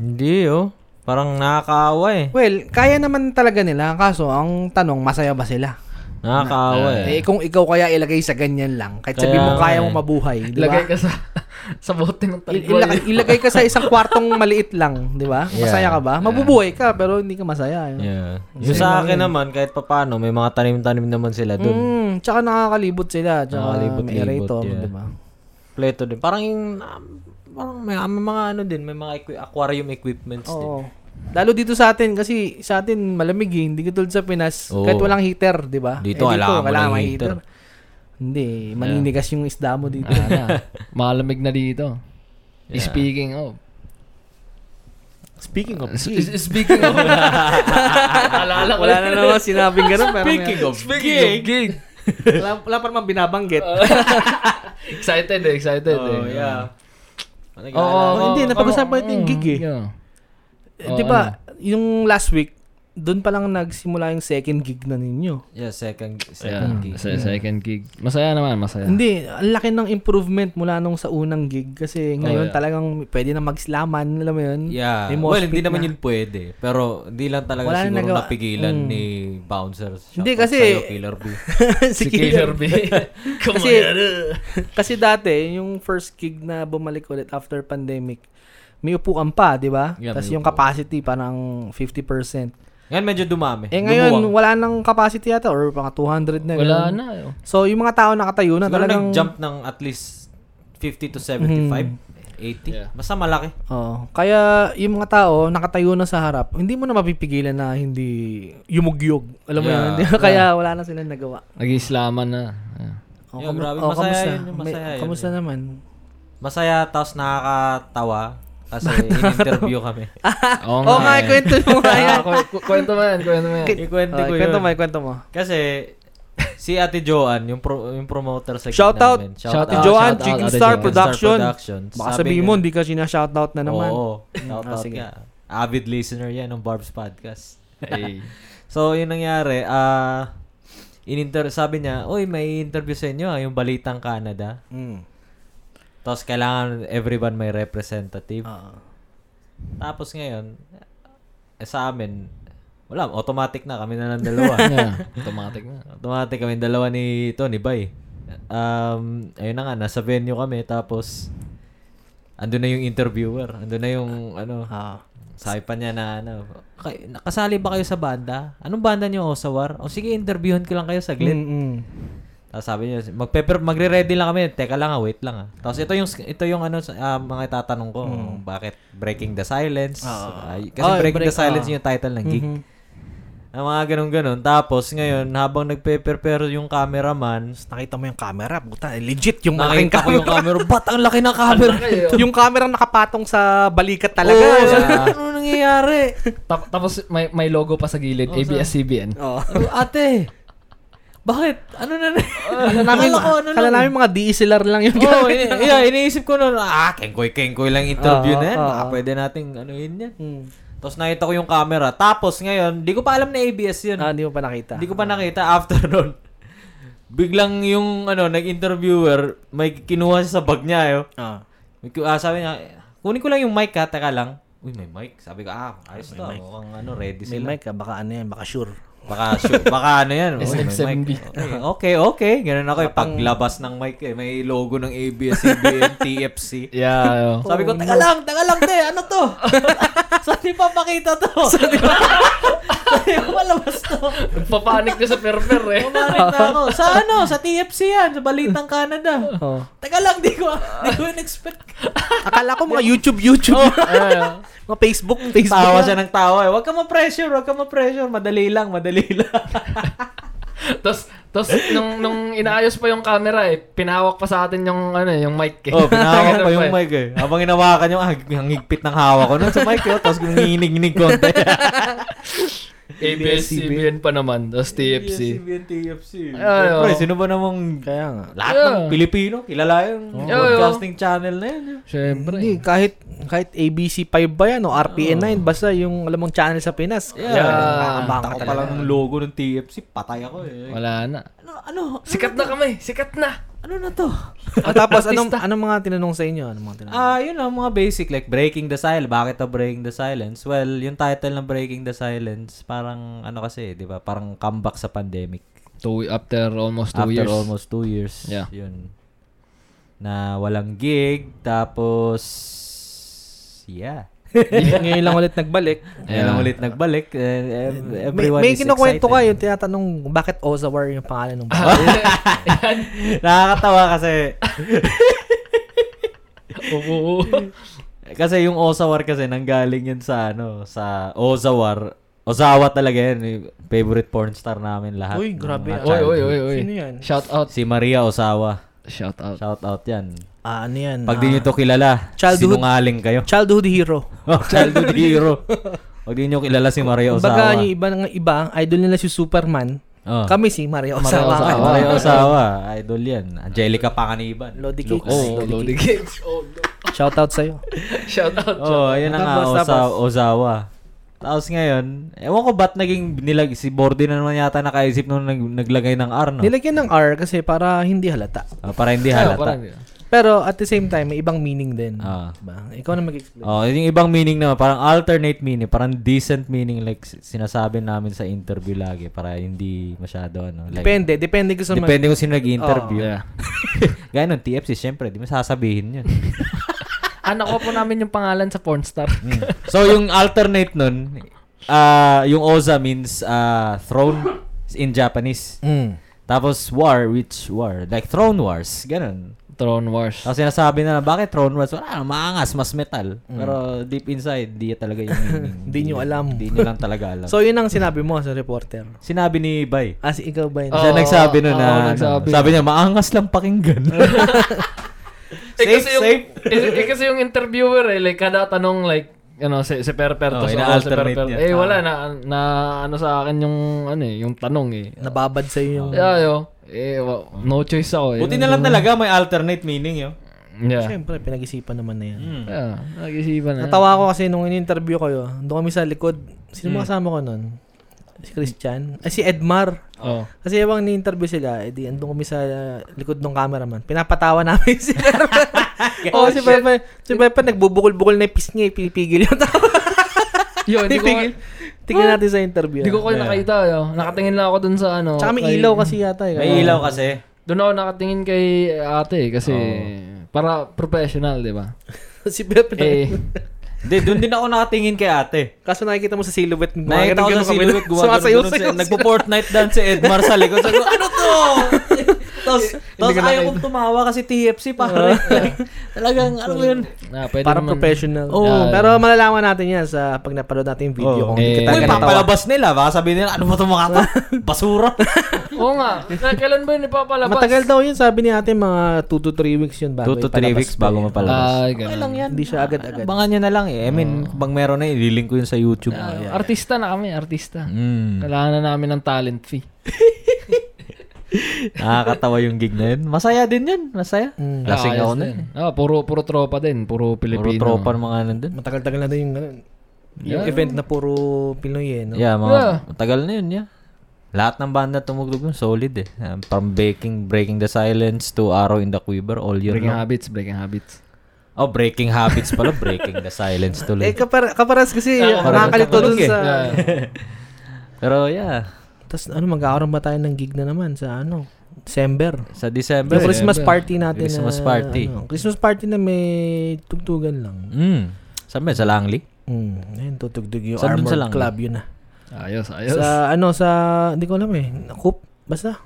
Hindi oh. Parang nakakaawa eh.
Well, kaya naman talaga nila. Kaso, ang tanong, masaya ba sila?
Nakakaawa eh.
Eh, kung ikaw kaya ilagay sa ganyan lang, kahit sabihin
Kaya
mo
nga
kaya
eh.
mo mabuhay, di
Ilagay ka
ba?
sa <laughs> sa bote ng talboy.
Il- ilagay, ilagay ka sa
<laughs>
isang kwartong maliit lang, di ba? Masaya ka ba? Mabubuhay ka, pero hindi ka masaya. eh.
Yeah. Yung sa akin naman, kahit papano, may mga tanim-tanim naman sila dun.
Mm, tsaka nakakalibot sila, tsaka
Nakakalibot-libot,
may aerator,
yeah.
di ba?
Pleto din. Parang yung... ah, Parang may, may mga ano din, may mga equi- aquarium equipments din.
Oo. Lalo dito sa atin kasi sa atin malamig eh, hindi katulad sa Pinas,
Oo.
kahit walang heater, di ba? Eh,
Dito, kailangan mo ng
may
heater.
Hindi, maninigas yung isda mo
<laughs>
dito.
Ah, Wala na. Malamig na dito. Speaking of.
Speaking of
S- s- Speaking
<laughs>
of. Alala ko
wala na naman sinabing ganun. pero
Speaking
may-
of gig.
Gig.
wala, wala pa naman binabanggit.
Excited eh, excited eh.
Oh, yeah.
Oo,
Oh,
oo, oo.
hindi, napag-usapan natin yung
Mm,
gig eh.
yeah.
di ba,
ano?
yung last week, doon pa lang nagsimula yung second gig na ninyo.
Yeah, second
Yeah,
second gig.
sa- second gig. Masaya naman, masaya.
Hindi, ang laki ng improvement mula nung sa unang gig kasi
yeah.
ngayon talagang pwede na magslaman, alam mo yun?
Oh, Yeah.
May mosh
Well, <laughs> hindi
pit
naman
na.
yun pwede. Pero hindi lang talaga
Wala na
siguro
nagawa. Mm.
napigilan ni Bouncer. Shout
Hindi,
out
kasi-
sa'yo, Killer B.
Si
si Killer.
Killer B. Come
Kasi-
on.
<laughs> kasi dati, yung first gig na bumalik ulit after pandemic, may upuan pa, di ba?
Yeah,
Tapos
may
yung capacity parang 50%.
Ngayon medyo dumami.
Eh ngayon,
Lumuwang.
wala nang capacity yata or mga 200 na.
Wala
ganun.
na. oh.
So, yung mga tao nakatayo na
Siguro
talagang...
nag-jump ng at least 50 to 75. 80?
Mm-hmm.
Yeah.
Basta malaki.
Oo. Kaya yung mga tao nakatayo na sa harap, hindi mo na mapipigilan na hindi yumugyog. Alam mo
Yeah,
yun? di ba? <laughs> Kaya wala na silang nagawa.
Nag-islaman
<laughs>
na. Yeah.
O,
Yeah, grabe. Masaya
o, Oh, kamusta?
yun, yung
May-
masaya yun.
Kamusta naman?
Masaya tapos nakakatawa
<laughs>
kasi in-interview kami.
Ah,
Oo
Oo
eh.
nga, Oh, kwento mo
<laughs>
nga yan.
Ah, ku- ku- kwento mo yan, kwento mo yan.
<laughs> Ikwento
Okay,
ko
<laughs> kwento
yun.
mo, kwento mo.
Kasi si Ate Joanne, yung, pro- yung promoter sa gig
Shout out!
namin.
Shout
Ate
out,
Joanne,
shout out,
Chicken
Ate
Star
Joanne.
ano,
Production.
Star Productions.
Baka
Sabi
sabihin
niya-
mo, hindi ka sinashoutout na naman.
Oo. Shout
Ah,
out
sige.
nga. Avid listener yan ng Barb's
<laughs>
Podcast.
Ay.
So, yun nangyari. ah in-inter- sabi niya, Uy, may interview sa inyo ah, yung Balitang Canada.
Mm.
Tapos kailangan everyone may representative.
Ah.
Tapos ngayon, eh, sa amin, wala, automatic na kami na lang
<laughs>
dalawa.
<laughs> Yeah, automatic na.
automatic kami dalawa ni Tony Bay. Um, ayun na nga, nasa venue kami tapos andun na yung interviewer, andun na yung ano,
Ah.
sabi pa niya na ano, "Kay- nakasali ba kayo sa banda? Anong banda niyo, Osawar? O sige, interviewin ko lang kayo saglit.
Mm-mm.
Tapos sabi niya, magpe magre-ready lang kami. Teka lang, ah, wait lang ah. Tapos ito yung ito yung ano sa- ah, mga tatanong ko, bakit Breaking the Silence? Ah, y- kasi
Hmm. Oh,
Breaking the
break-
Silence
ah.
yung title ng gig.
Mhm.
Ang mga ganun-ganun. Tapos ngayon, habang nagpe-prepare yung cameraman,
Tapos nakita mo yung camera, buta, legit yung malaking
nakita ko
camera.
yung camera. Ba't ang laki ng camera?
<laughs> yung camera nakapatong sa balikat
Talaga.
talaga.
Oh,
Yun.
sabi ko, ano nangyayari?
Ta- tapos may may logo pa sa gilid,
Oh,
ABS-CBN.
Oo.
Sabi ko, Oh, Ate, bakit? Ano na na?
Kala namin,
Akala ko, ano
kala
lang?
namin mga E DSLR lang yung
Oo, oh,
<laughs> gamit.
yeah, iniisip ko noon, ah, kengkoy-kengkoy lang interview
Oo,
na yan.
oo.
Baka pwede nating ano yun yan.
Mm.
Tapos nakita ko yung camera. Tapos ngayon, di ko pa alam na ABS yun.
Ah, hindi mo pa nakita.
Hindi ko pa nakita after <laughs> nun. Biglang yung ano, nag-interviewer, may kinuha siya sa bag niya. Yo.
Ah.
May ki- ah, sabi niya, kunin ko lang yung mic ha, teka lang. Uy, may mic. Sabi ko, ah, ayos to. Mukhang ano, ready
May
sila.
mic ka, baka ano yan, baka sure.
Baka, sure, baka ano <laughs> yan. Uy, may
SM7B.
mic. Okay, okay. Ganun ako eh. Paglabas ng mic eh, may logo ng ABS-CBN, TFC.
Yeah.
Oh.
Sabi ko, teka lang, teka lang, te, ano to? Saan di pa pakita to? Saan di pa? <laughs> Saan di pa malabas to?
Nagpapanik ka sa perper
<laughs>
eh.
Oh,
Kumarin na ako. Sa ano? Sa TFC yan, sa Balitang Canada.
Oo.
Teka lang, di ko, di ko in-expect.
Akala ko mga YouTube, YouTube. <laughs> mga Facebook,
<laughs>
Facebook.
Tawa
lang.
siya ng tawa eh. Huwag ka ma-pressure, huwag ka ma-pressure. Madali lang, madali lang.
Tapos, tapos nung, nung inaayos pa yung camera eh, pinawak pa sa atin yung, ano, eh, yung mic eh.
oh, pinahawak
<laughs> Ganun
pa yung
eh.
mic eh. Habang hinawakan yung, ah, ang higpit ng hawak ko nun sa mic eh. Tapos nanginginig-nginig konti.
ABS-CBN pa naman, tapos TFC.
TFC.
Ay, ay,
Siyempre,
oh.
sino ba namang
Kaya nga.
lahat
Yeah.
ng Pilipino, kilala yung
Oh.
broadcasting channel na yun. eh.
Siyempre.
Hindi, kahit kahit ABC 5 ba yan o RPN 9 basta yung alam mong channel sa Pinas. Ah,
Yeah.
Nakakabang
Ako
ka
pa
talaga.
lang ng logo ng TFC, patay ako eh.
Wala na.
Ano, ano,
Sikat na kami, sikat na.
ano na to?
At Ah,
<laughs>
tapos anong anong mga tinanong sa inyo? Anong mga tinanong?
Ah, yun ang mga basic like Breaking the Silence. Bakit na Breaking the Silence? Well, yung title ng Breaking the Silence, parang ano kasi, 'di ba? Parang comeback sa pandemic.
Two, after almost two
After
years.
almost two years.
Yeah.
Yun. Na walang gig, tapos yeah. <laughs>
Ngayon lang ulit nagbalik.
Ayan lang ulit nagbalik. and- and
May,
Everyone is
may kinukwento ka
excited. Ah.
yung tinatanong bakit Ozawar yung pangalan ng band.
<laughs> Nakakatawa kasi
<laughs> Oo.
Kasi yung Ozawar kasi nanggaling yun sa ano, sa Ozawar. Ozawa talaga yan. yung Favorite porn star namin lahat.
Uy, grabe.
Mga
Oy, oy, oy,
childhood.
oy.
Sino yan?
Shout out.
Si Maria Ozawa.
Shout out.
Shout out yan.
Ah, ano yan?
Pag
Ah,
di nyo to kilala,
Childhood-
sinungaling kayo.
childhood hero.
Oh, Childhood hero. Pag di nyo kilala si Maria
Kumbaga
Ozawa.
yung iba ng iba, ang idol nila si Superman.
Oh.
Kami si Mario
Maria
Ah,
Ozawa.
Ozawa.
Maria Ozawa. Idol yan. Angelica Panganiban.
Lodi Cakes.
Oh,
Oh,
Lodi Gigs. Oh, no.
Shout out sa'yo.
Shout out.
Oo, oh, yun na nga,
Tapos,
Oza-
tapos.
Ozawa. Tapos ngayon, ewan ko ba't naging nilag si Bordy na naman yata nakaisip nung nag- naglagay ng R, no?
Nilagyan ng R kasi para hindi halata.
Ah, para hindi
Ayun,
halata.
parang yun.
Pero at the same time, may ibang meaning din.
Ah.
Diba? Ikaw na mag-explain.
Oh, yung ibang meaning naman, parang alternate meaning, parang decent meaning like s- sinasabi namin sa interview lagi para hindi masyado ano. Like,
Depende. Depende ko sa
Depende kung sino nag-interview.
Oh, Yeah.
<laughs> Gaya nun, TFC, syempre, di mo sasabihin yun. <laughs>
Anak ko Ah, po namin yung pangalan sa pornstar.
so, yung alternate nun, ah yung Oza means ah, throne in Japanese.
Mm.
Tapos war, which war? Like throne wars, ganun.
<laughs> Throne Wars.
Tapos sinasabi na, bakit Throne Wars? Wala, maangas, mas metal. Pero deep inside, di talaga yung meaning.
Di nyo alam.
Di nyo lang talaga alam.
So, yun ang sinabi mo sa reporter.
Sinabi ni Bay.
As ikaw ba yun?
Oo,
Siya nagsabi nun
oo,
na, ano,
nagsabi.
sabi niya, maangas lang pakinggan.
Eh,
Safe,
kasi yung,
safe.
eh, eh, kasi yung interviewer eh, like kada tanong like ano si si Perper
Oh,
to
ina-alternate Ah. niya.
Eh wala na na ano sa akin yung ano eh, yung tanong eh.
Nababad sa'yo yung...
Ah.
Eh, ayo. Eh wa- no choice ako eh.
Buti na lang talaga may alternate meaning yun.
Yeah.
Siyempre, pinag-isipan naman na yan.
Hmm.
Yeah, nag-isipan eh. na.
Natawa ko kasi nung in-interview ko yun, doon kami sa likod,
Hmm.
sino mga kasama ko nun? Si Christian? Ay, si Edmar. <laughs>
Oh.
Kasi habang ni-interview sila, edi andun kami sa uh, likod ng cameraman. Pinapatawa namin <laughs> si Pepper. oh, si Pepper, si Pepper nagbubukol-bukol na yung pis niya, eh, pinipigil yung tawa.
Yo, hindi ko
Pinipigil. Tignan natin sa interview. ah.
hindi ko kayo nakita yo. Nakatingin lang ako dun sa ano.
Tsaka may
kay-
ilaw kasi yata. Eh.
May ilaw kasi.
Doon ako nakatingin kay ate eh, kasi
Oh.
para professional, di
<laughs>
ba?
<laughs> si Pepper.
eh,
Hindi, doon din ako nakatingin kay ate.
Kaso nakikita mo sa silhouette.
Nakita ko sa silhouette,
Sumasayaw
gumagano
sa'yo.
ganun. Nagpo-Fortnite dance si Edmar sa likod. Sabi ko, ano <laughs> to? tapos, tapos
ko
ayaw kong tumawa kasi TFC pare. <laughs> Talagang, ano yun?
na, ah, pwede
Para
naman- Oh.
professional.
Oh.
Oh,
Oo. Yeah,
Pero malalaman natin yan sa pag napanood natin yung video.
Oo.
Kung hindi
Eh,
kita
Uy,
ganatawa.
papalabas nila. Baka sabihin nila, ano ba itong mga to? <laughs> Basura.
Oo nga. Na, kailan ba yun ipapalabas?
Matagal daw yun, sabi ni ate, mga 2 to 3 weeks yun bago
2 to 3
ipalabas
weeks
pa
bago
yun.
mapalabas.
Ay, ganun.
yan.
Hindi siya agad-agad.
Abangan nyo na lang eh. I mean, bang meron na, ililink ko yun sa YouTube.
Artista na kami, artista.
Mm.
Kailangan na namin ng talent fee.
Nakakatawa yung gig na yun. Masaya din yun. Masaya. Lasing ako na.
din. Ah, puro, puro tropa din. Puro
Mm. Puro
Pilipino.
tropa ng mga ano nandun.
Matagal-tagal na din yung ganun. Yung
Yeah.
event na puro Pinoy eh, no?
Yeah, mga
Yeah.
matagal na yun, yeah. Lahat ng banda tumuglog yun, solid eh. Um, From Breaking, Breaking the Silence to Arrow in the Quiver, all year
Breaking
long.
habits, breaking habits.
Oh, Breaking Habits pala, Breaking the Silence
<laughs>
Eh,
tuloy.
kapar kaparas kasi,
Ah,
nakakalito
kaparas.
dun sa...
Pero yeah,
Tapos ano, magkakaroon ba tayo ng gig na naman sa ano? December.
sa
Yung
December. eh.
Christmas party natin.
Christmas
na,
party.
ano, Christmas party na may tugtugan lang.
Mm. Saan ba? Sa Langley?
Mm, ayun, tutugtog yung
Saan dun
Armored
sa lang?
Club yun ah.
Ayos, ayos.
Sa ano, sa... Hindi ko alam eh. Coop? Basta.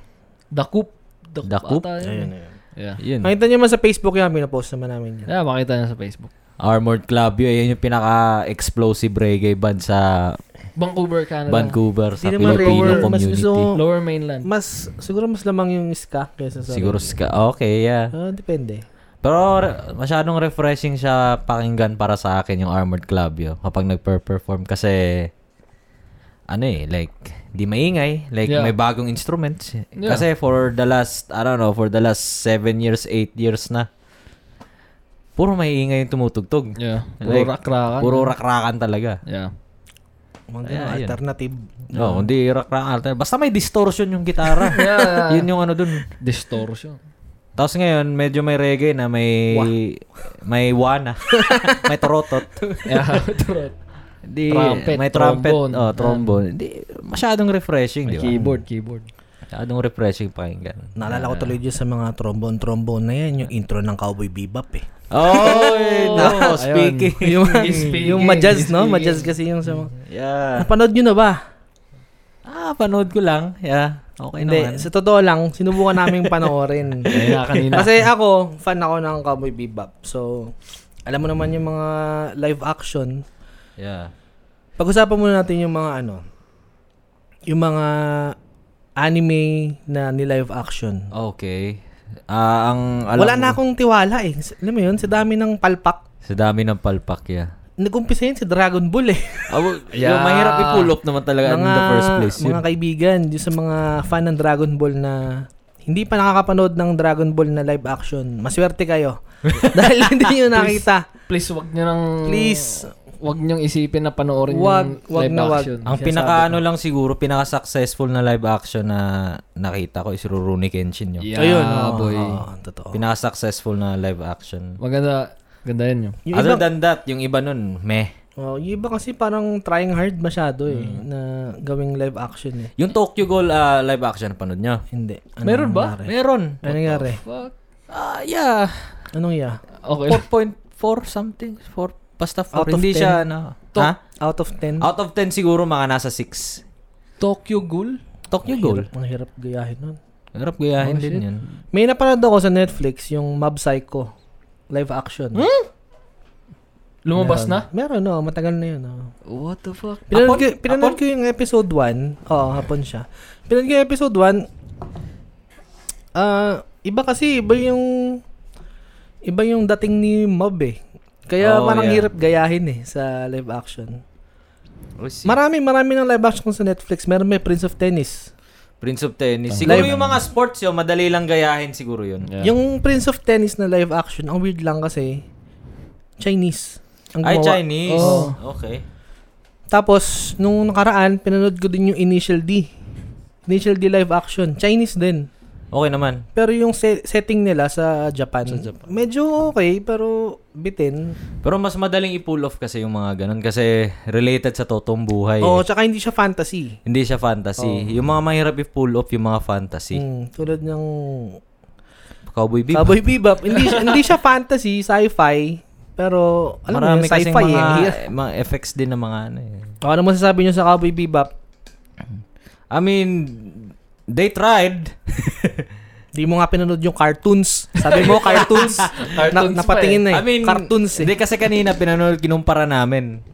Dakup.
Dakup?
ata yun. Yeah.
Yun.
Makita nyo man sa Facebook yan, pinapost naman namin yan.
Yeah, makita niya sa Facebook.
Armored Club yun. Yan yung pinaka-explosive reggae band sa
Vancouver, Canada.
Vancouver, sa
Ano? naman
Filipino
reggae, mas
community.
gusto ko-
Lower mainland.
Mas, siguro mas lamang yung ska kaysa sa...
Siguro ska. Okay, yeah.
Ah, depende.
Pero re- masyadong refreshing siya pakinggan para sa akin yung Armored Club yun kapag nagper-perform kasi ano eh, like, di maingay. Like,
Yeah.
may bagong instruments.
Yeah.
Kasi for the last, I don't know, for the last seven years, eight years na, puro may ingay yung tumutugtog.
Yeah. Puro
Like,
rakrakan.
Puro rakrakan talaga.
Yeah.
Mga
Ayan,
ganun,
ayun.
alternative.
Oo, oh, hindi rakrakan. Basta may distortion yung gitara.
<laughs> Yeah.
Yun yung ano dun.
Distortion. <laughs>
Tapos ngayon, medyo may reggae na may... May <laughs> wana. may torotot.
Yeah. Trot.
Di,
Trumpet,
may trumpet,
trombone.
oh, trombone. Di, masyadong refreshing, di ba?
keyboard, keyboard.
Masyadong refreshing pakinggan.
Naalala ko tuloy dyan sa mga trombone-trombone na yan, yung intro ng Cowboy Bebop eh.
Oh, no, speaking.
<laughs> yung,
Speaking,
yung majaz, no?
speaking.
Majaz kasi yung sa...
<laughs> Yeah.
Napanood nyo na ba?
Ah, panood ko lang. Yeah. Okay
Hindi,
naman.
sa totoo lang, sinubukan naming
<laughs>
panoorin.
Kanina, kanina.
Kasi ako, fan ako ng Cowboy Bebop. So, alam mo naman yung mga live action.
Yeah.
Pag-usapan muna natin yung mga ano, yung mga anime na ni live action.
Okay. Ah, ang alam
Wala
ko-
na akong tiwala eh. S- Alam mo yun, sa dami ng palpak.
Sa dami ng palpak, yeah.
Nag-umpisa yun sa Dragon Ball eh.
Oh,
Yeah.
Yung mahirap i-pull up naman <laughs> talaga in the first place. Yun.
mga kaibigan, yung sa mga fan ng Dragon Ball na hindi pa nakakapanood ng Dragon Ball na live action, maswerte
<laughs>
kayo. Dahil hindi nyo nakita.
Please, wag niyo nang...
Please,
Wag niyong isipin na panoorin
Wag-
yung
wag
live
na wag.
action.
Ang pinaka ano lang siguro, pinaka successful na live action na nakita ko is Rurouni Kenshin yun.
Yeah,
ayun. oo,
boy.
oo, totoo.
Pinaka successful na live action.
Maganda. Ganda yun yun.
Yung
Other
iba,
than that, yung iba nun, meh.
oh, yung iba kasi parang trying hard masyado
Mm.
eh, na gawing live action eh.
Yung Tokyo Ghoul ah, live action, panood nyo?
Hindi. Ano
Meron ba?
nangyari?
Meron.
Ano nangyari?
Fuck.
Ah, yeah.
Anong ya?
Okay.
4.4 something. 4, basta 4.
Out of
Hindi
10.
siya, ano. Ha?
Out of 10?
Out of 10 siguro, mga nasa 6.
Tokyo Ghoul?
Tokyo Ghoul.
Ang hirap gayahin nun.
Hirap gayahin
Oh,
din
shit.
yun.
May napanood ako sa Netflix, yung Mob Psycho. Live action.
Hmm?
Lumabas na?
Meron, no. Matagal na yun. No.
What the fuck?
Pinanood, ko, pinanood ko yung episode 1. Oo, hapon siya. Pinanood ko yung episode 1. Ah, iba kasi, iba yung iba yung dating ni Mob eh. Kaya
Oh,
parang
yeah.
hirap gayahin eh sa live action.
Oh, si-
Marami, marami ng live action sa Netflix. Meron may Prince of Tennis.
Prince of Tennis. Siguro
Live-
yung mga sports yun, madali lang gayahin siguro yun.
Yeah.
Yung Prince of Tennis na live action, ang weird lang kasi Chinese. Ang
Ay,
gumawa.
Chinese.
Oo.
Okay.
Tapos, nung nakaraan, pinanood ko din yung Initial D. Initial D live action. Chinese din.
Okay naman.
Pero yung se- setting nila sa Japan, medyo okay, pero bitin.
Pero mas madaling i-pull off kasi yung mga ganun kasi related sa totoong buhay.
Oo,
eh.
tsaka hindi siya fantasy.
Hindi siya fantasy.
Oh.
Yung mga mahirap i-pull off yung mga fantasy.
Mm, tulad ng
Cowboy Bebop.
Cowboy Bebop. Hindi, siya- hindi siya fantasy, sci-fi, pero alam
Marami
mo, yun,
kasing
sci-fi
mga,
eh.
mga effects din ng mga ano eh.
Oh, ano masasabi nyo sa Cowboy Bebop?
I mean, they tried.
Di mo nga pinanood yung cartoons. Sabi
<laughs>
mo, cartoons.
<laughs> Cartoons
na, napatingin na eh.
I mean,
cartoons eh.
Hindi kasi kanina pinanood, kinumpara namin.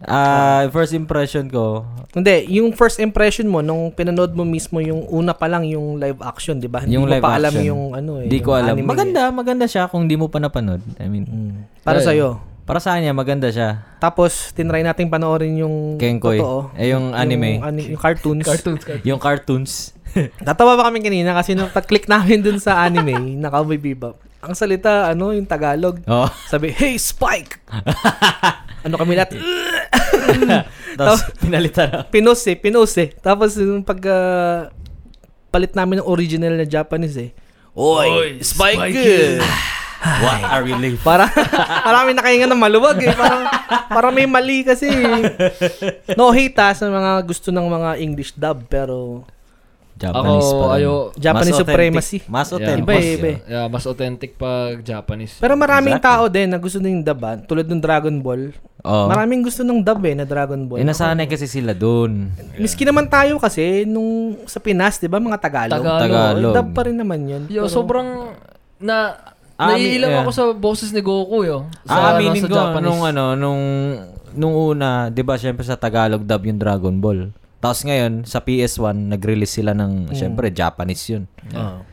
Ah, first impression ko,
Hindi, yung first impression mo nung pinanood mo mismo yung una pa lang yung live action, di ba? Hindi
Yung
mo
live
pa alam
action.
yung ano eh.
hindi ko
yung
alam.
anime
Maganda, maganda siya kung di mo pa napanood. I
eh.
mean,
Mm. Para
Ay.
sa'yo.
para sa kanya, maganda siya.
Tapos, tinry natin panoorin yung
Kenkoy.
Hmm, totoo.
Eh, yung anime.
Yung, ani- yung
<laughs>
cartoons.
Cartoons, cartoons.
Yung cartoons.
Natawa pa kami kanina kasi nung pag-click namin dun sa anime <laughs> na Cowboy Bebop, ang salita, ano, yung Tagalog. <laughs>
Oh.
Sabi, hey,
<laughs>
Spike! ano kami natin?
Tapos, pinalitan na.
Pinos eh, Pinos eh. Tapos yung pag ah, palit namin ng original na Japanese eh. Oy, Spike!
<sighs> What a relief.
Para <laughs> marami nakahinga ng maluwag eh. Parang, parang may mali kasi. eh. No hate ha, sa mga gusto ng mga English dub pero
Japanese
Ako,
pa rin.
ayo,
Japanese
Mas authentic.
supremacy.
Mas
Yeah.
authentic.
Iba eh, iba eh.
yeah, mas authentic pag Japanese.
Pero maraming
Exactly.
tao din na gusto ng dub ah. tulad ng Dragon Ball.
Oo.
Maraming gusto ng dub eh na Dragon Ball.
Eh, nasanay kasi sila doon.
Miski naman tayo kasi nung sa Pinas, 'di ba, mga Tagalog.
Tagalog.
Tagalog.
Dub pa rin naman 'yun.
Yo,
Pero-
sobrang na
Ah,
naiilang
yeah.
ako sa boses ni Goku, yo.
Ah,
Sa, ano, sa
aminin ko,
Japanese.
nung ano, nung, nung una, di ba, syempre sa Tagalog dub yung Dragon Ball. Tapos ngayon, sa PS1, nag-release sila
Mm.
ng, syempre, Japanese yun.
Ah.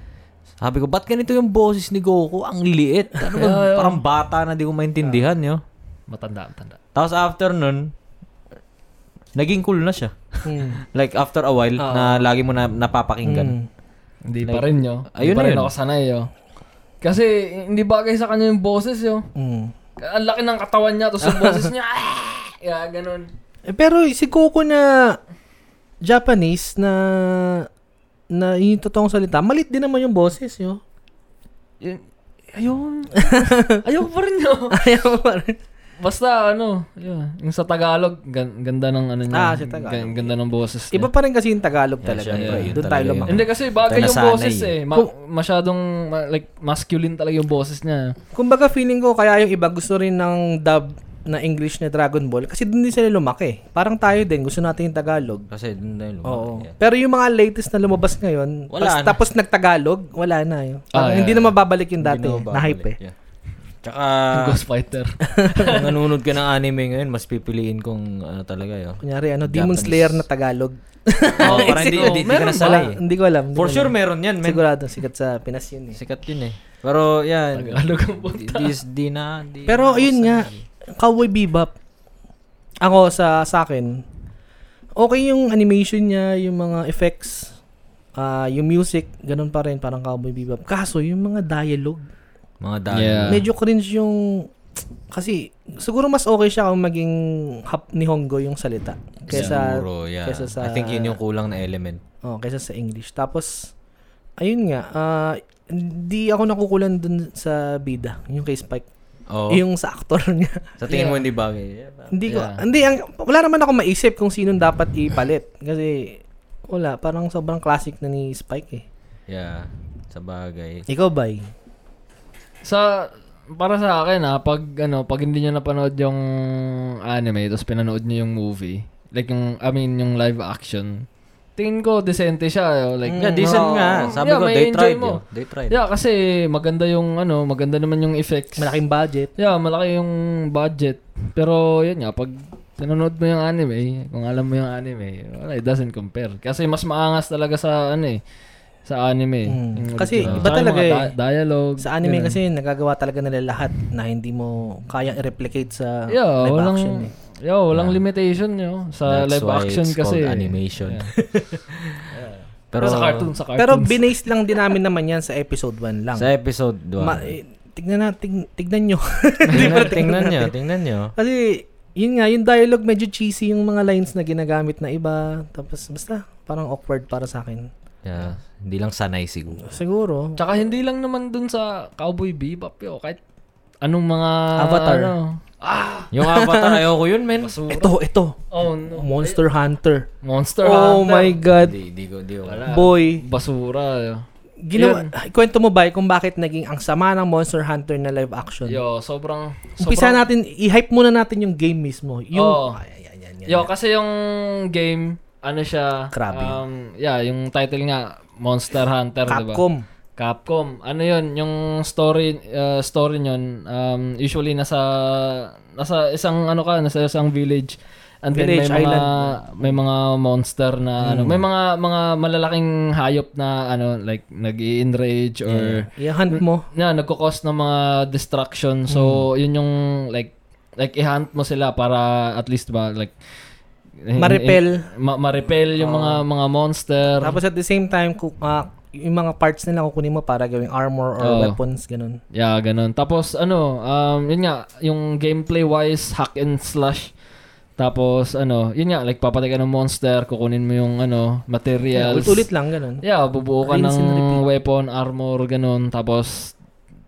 Sabi ko, ba't ganito yung boses ni Goku? Ang liit. Ano ba? parang bata na di ko maintindihan, yo.
Matanda, matanda.
Tapos after nun, naging cool na siya.
Hmm.
like, after a while, na lagi mo na napapakinggan.
Hindi pa rin, yo. Ayun
Ayun na
pa rin
yun.
ako sanay, yo. Kasi hindi bagay sa kanya yung boses, yo.
Mm.
Ang laki ng katawan niya, tapos yung boses niya, <laughs> yeah, ganun.
Eh, pero si Coco na Japanese na na yung totoong salita, malit din naman yung boses yo.
Yun,
<laughs>
ayun. Ayaw pa rin, yo.
<laughs> Ayaw pa rin.
Basta, ano, yun. Yung sa Tagalog, gan- ganda ng ano niya.
Ah, sa Tagalog.
gan- ganda ng boses niya.
Iba pa rin kasi yung Tagalog
Yeah,
talaga.
syempre,
pre.
yun
Doon tayo
talaga
lumaki.
Hindi kasi bagay
Tayo
yung
nasanay
boses
eh.
eh. Ma- masyadong ma- like masculine talaga yung boses niya.
Kumbaga feeling ko kaya yung iba gusto rin ng dub na English na Dragon Ball kasi doon din sila lumaki. Parang tayo din, gusto natin yung Tagalog.
Kasi doon na yun.
Mm. Oo.
Yeah.
Pero yung mga latest na lumabas ngayon,
Wala
pas-
na.
tapos nagtagalog, wala na yun. Parang
Ah, yeah,
hindi na mababalik yung dati.
Hindi na
Na-hype eh.
mababalik. Yeah. Tsaka,
<laughs>
Ghost Fighter.
<laughs> kung nanonood ka ng anime ngayon, mas pipiliin kung ano talaga yun.
Kunyari, ano, Demon
Japanese.
Slayer na
<laughs>
Tagalog.
Oo, parang hindi, hindi, hindi ka
Wala,
nasanay. eh.
hindi ko alam. hindi
For
ko
sure,
alam.
meron yan, men.
Sigurado, sikat sa Pinas yun eh.
Sikat yun eh. Pero, yan.
Tagalog ang
Di,
punta.
di, di na. Di,
Pero yun nga, Cowboy Bebop, ako sa, sa akin, okay yung animation niya, yung mga effects, ah, yung music, ganun pa rin, parang Cowboy Bebop. Kaso, yung mga dialogue,
Mga dahil.
Yeah.
medyo cringe yung kasi siguro mas okay siya kung maging hap ni Hongo yung salita kaysa
Siguro, yeah.
kaysa sa-
I think yun yung kulang na element.
oh, kaysa sa English. Tapos ayun nga, ah, hindi ako nakukulan dun sa bida, yung kay Spike,
Oo.
yung sa actor <laughs> niya.
sa tingin mo,
Yeah.
hindi bagay.
hindi ko
Yeah.
hindi ang, wala naman ako maisip kung sinong dapat ipalit kasi wala, parang sobrang classic na ni Spike eh.
Yeah. Sa bagay.
Ikaw ba?
Sa para sa akin ah, pag ano, pag hindi niyo napanood yung anime tapos pinanood niyo yung movie, like yung I mean yung live action, tingin ko decente siya. oh, Like,
Mm, Yeah, decent
oh,
nga. Sabi
yeah,
ko, eh.
may
they
enjoy
tried.
mo.
Yo. They tried.
Yeah, kasi maganda yung ano, maganda naman yung effects.
Malaking budget.
Yeah, malaki yung budget. Pero yun nga, pag nanonood mo yung anime, kung alam mo yung anime, wala, it doesn't compare. Kasi mas maangas talaga sa ano eh, sa anime.
Mm.
Yung
Kasi
original.
iba
Tsaka yung
talaga
mga
eh.
di- dialogue.
Sa anime
ganun.
kasi nagagawa talaga nila lahat na hindi mo kayang i-replicate sa
yeah,
live
walang,
action. Eh.
yeah, walang limitation yo sa
That's
live
why
action
it's
kasi.
called animation.
Yeah. Pero,
<laughs> Pero,
sa cartoon, sa cartoon.
Pero binase lang din namin naman yan sa episode 1 lang.
sa episode 2.
Ma- eh, tignan na, ting- tignan nyo.
<laughs>
Di
tingnan,
ba,
tingnan nyo, tingnan nyo.
Kasi, yun nga, yung dialogue medyo cheesy yung mga lines na ginagamit na iba. Tapos, basta, parang awkward para sa akin.
Yeah, hindi lang sanay siguro.
Siguro.
Tsaka hindi lang naman dun sa Cowboy Bebop yo, kahit anong mga
Avatar.
Ano,
Yung avatar, ayoko yun, men.
Ito, ito.
oh no.
Monster Hunter.
Monster
Oh
Hunter.
my God.
Di, di ko, di ko.
Wala.
Boy.
Basura yo.
Ginawa, Ay, kwento mo ba kung bakit naging ang sama ng Monster Hunter na live action?
Yo, sobrang sobrang-
Umpisa natin, i-hype muna natin yung game mismo. Yung,
Oo.
Ay, ay, ay, ay, ay.
Yo, kasi yung game ano siya
Krabi.
um yeah, yung title nga Monster Hunter, 'di ba?
Capcom.
Capcom. Ano 'yun, yung story uh, story niyon um usually nasa nasa isang ano ka, nasa isang village. And then
Village,
may mga
island. Hmm.
may mga monster na ano, may mga mga malalaking hayop na ano like nag-enrage or
I-hunt mo.
na nagko-cause ng mga distraction. So,
Hmm.
yun yung like like i-hunt mo sila para at least ba like eh,
Ma-repel.
ma- ma-repel yung mga mga monster.
Tapos at the same time, ku- ah, yung mga parts nila kukunin mo para gawing armor or
Oo.
weapons, ganun.
yeah, ganun. Tapos ano, um yun nga yung gameplay wise hack and slash. Tapos ano, yun nga like papatay ka ng monster, kukunin mo yung ano, materials.
Ulit-ulit lang, ganun.
Yeah, bubuo ka
Rinse and
ng
repeat.
weapon, armor, ganun. Tapos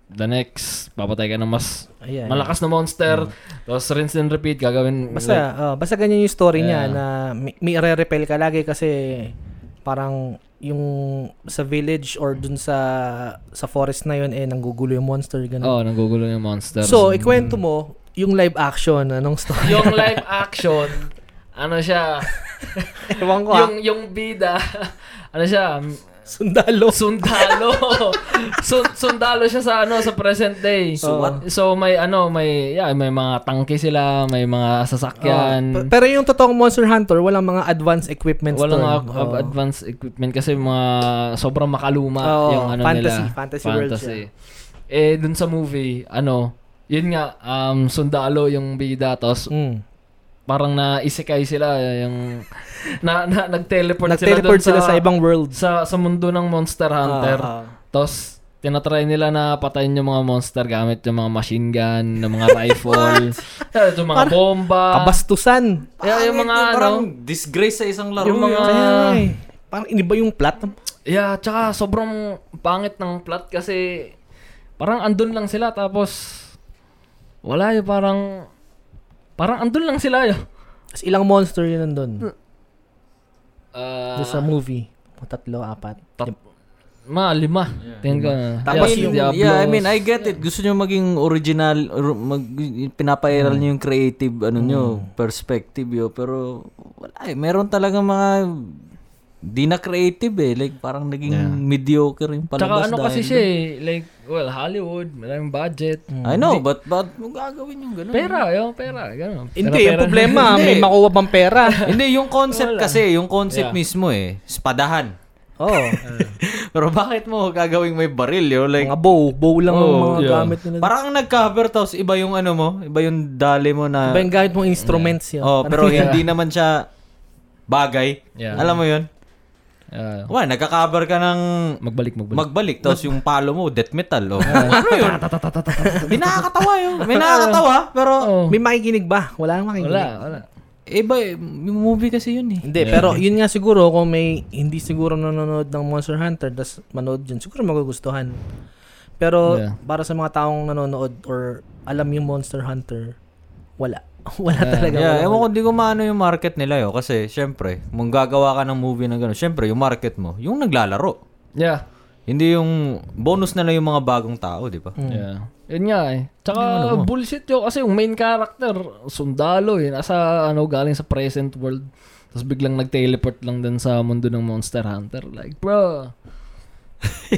the next, papatay ka ng mas
Ayan.
Malakas na monster. Tapos rinse and repeat. Gagawin.
Basta,
like,
oh, basta ganyan yung story niya
Yeah.
na may, may repel ka lagi kasi parang yung sa village or dun sa sa forest na yun eh nanggugulo yung monster ganun.
oh, nagugulo yung monster.
so, ikwento mo yung live action anong story?
yung live action, ano siya,
<laughs> Ewan ko ah.
yung,
yung
yung bida, <laughs> ano siya,
sundalo. <laughs>
sundalo. Sun- sundalo siya sa ano sa present day.
So what?
So may ano, may yeah, may mga tangke sila, may mga
Oh,
sasakyan.
pe- pero yung totoong Monster Hunter walang mga advanced equipments
Walang a-
doon. Oo.
advanced equipment kasi mga sobrang makaluma
Oo,
yung ano
fantasy,
nila.
fantasy world
Eh, dun sa movie, ano, yun nga, um, sundalo yung bida, tapos
Mm.
parang naisikay sila, eh,
<laughs>
yung, na, na, nag-teleport,
Nag-teleport
sila,
sila,
dun
sa, ibang world.
sa, sa mundo ng Monster Hunter.
Ah, ah.
Tapos, tinatry nila na patayin yung mga monster gamit yung mga machine gun, yung mga
<laughs>
rifle, yeah, yung mga
Parang
bomba.
Kabastusan.
Yeah, yung mga, ano,
Parang disgrace sa isang laro.
yung mga,
Kaya nga eh. Parang iniba yung plot.
Yeah, tsaka sobrang pangit ng plot kasi parang andun lang sila tapos wala yung parang parang andun lang sila yun.
Tapos ilang monster yun nandun.
Ah,
Doon sa movie. Mga tatlo, apat.
tat- ma, lima. Tingin ko.
Tapos
Yeah,
yung-
Diablo.
Yeah, I mean, I get it. Gusto nyo maging original, or mag, pinapairal
Hmm.
nyo yung creative, ano nyo, perspective yun. Pero, wala eh. Meron talaga mga, di na creative eh. Like, parang naging mediocre yung
Tsaka
palabas
ano
dahil
kasi
dun.
siya eh, like, well, Hollywood, maraming budget.
Mm.
I know, but, but, mo gagawin yung
<laughs>
ganun.
Pera, yung pera, gano'n.
Hindi, yung
<laughs>
problema, may makuha bang pera.
Hindi, yung concept kasi, yung concept mismo eh. Spadahan. <laughs>
Oo.
Pero bakit mo gagawing may baril yun? Like,
mga bow. Bow lang ang
Oh,
Oo,
mga
yeah.
gamit nila.
parang nag-cover tapos iba yung ano mo, iba yung dali mo na...
Iba yung gamit mong instruments yun.
uh, Oh, pero hindi naman siya bagay.
Yeah.
Alam mo 'yun?
Yeah.
Wala, nagka-cover ka ng
Ah, Magbalik, magbalik.
magbalik tapos yung palo mo death metal oh. ano 'yun? Hindi nakakatawa 'yun. May nakakatawa pero
Oo.
May makikinig ba? Wala nang
<laughs>
makikinig.
Wala, wala.
iba eh, yung movie kasi 'yun eh.
Hindi, pero yun nga siguro kung may hindi siguro nanonood ng Monster Hunter tas manood yun, siguro magugustuhan. Pero
Yeah.
para sa mga taong nanonood or alam yung Monster Hunter, wala. <laughs> wala talaga.
Yeah,
wala.
ewan ko, di ko maano yung market nila yun. Kasi, syempre, mung gagawa ka ng movie na gano'n, syempre, yung market mo, yung naglalaro.
Yeah.
Hindi yung bonus na lang yung mga bagong tao, di ba?
Yeah. Mm. Yun nga eh. Tsaka bullshit yun kasi yung main character, sundalo eh. Nasa ano, galing sa ano, present world. Tapos biglang nag-teleport lang din sa mundo ng Monster Hunter. Like, <laughs> bro,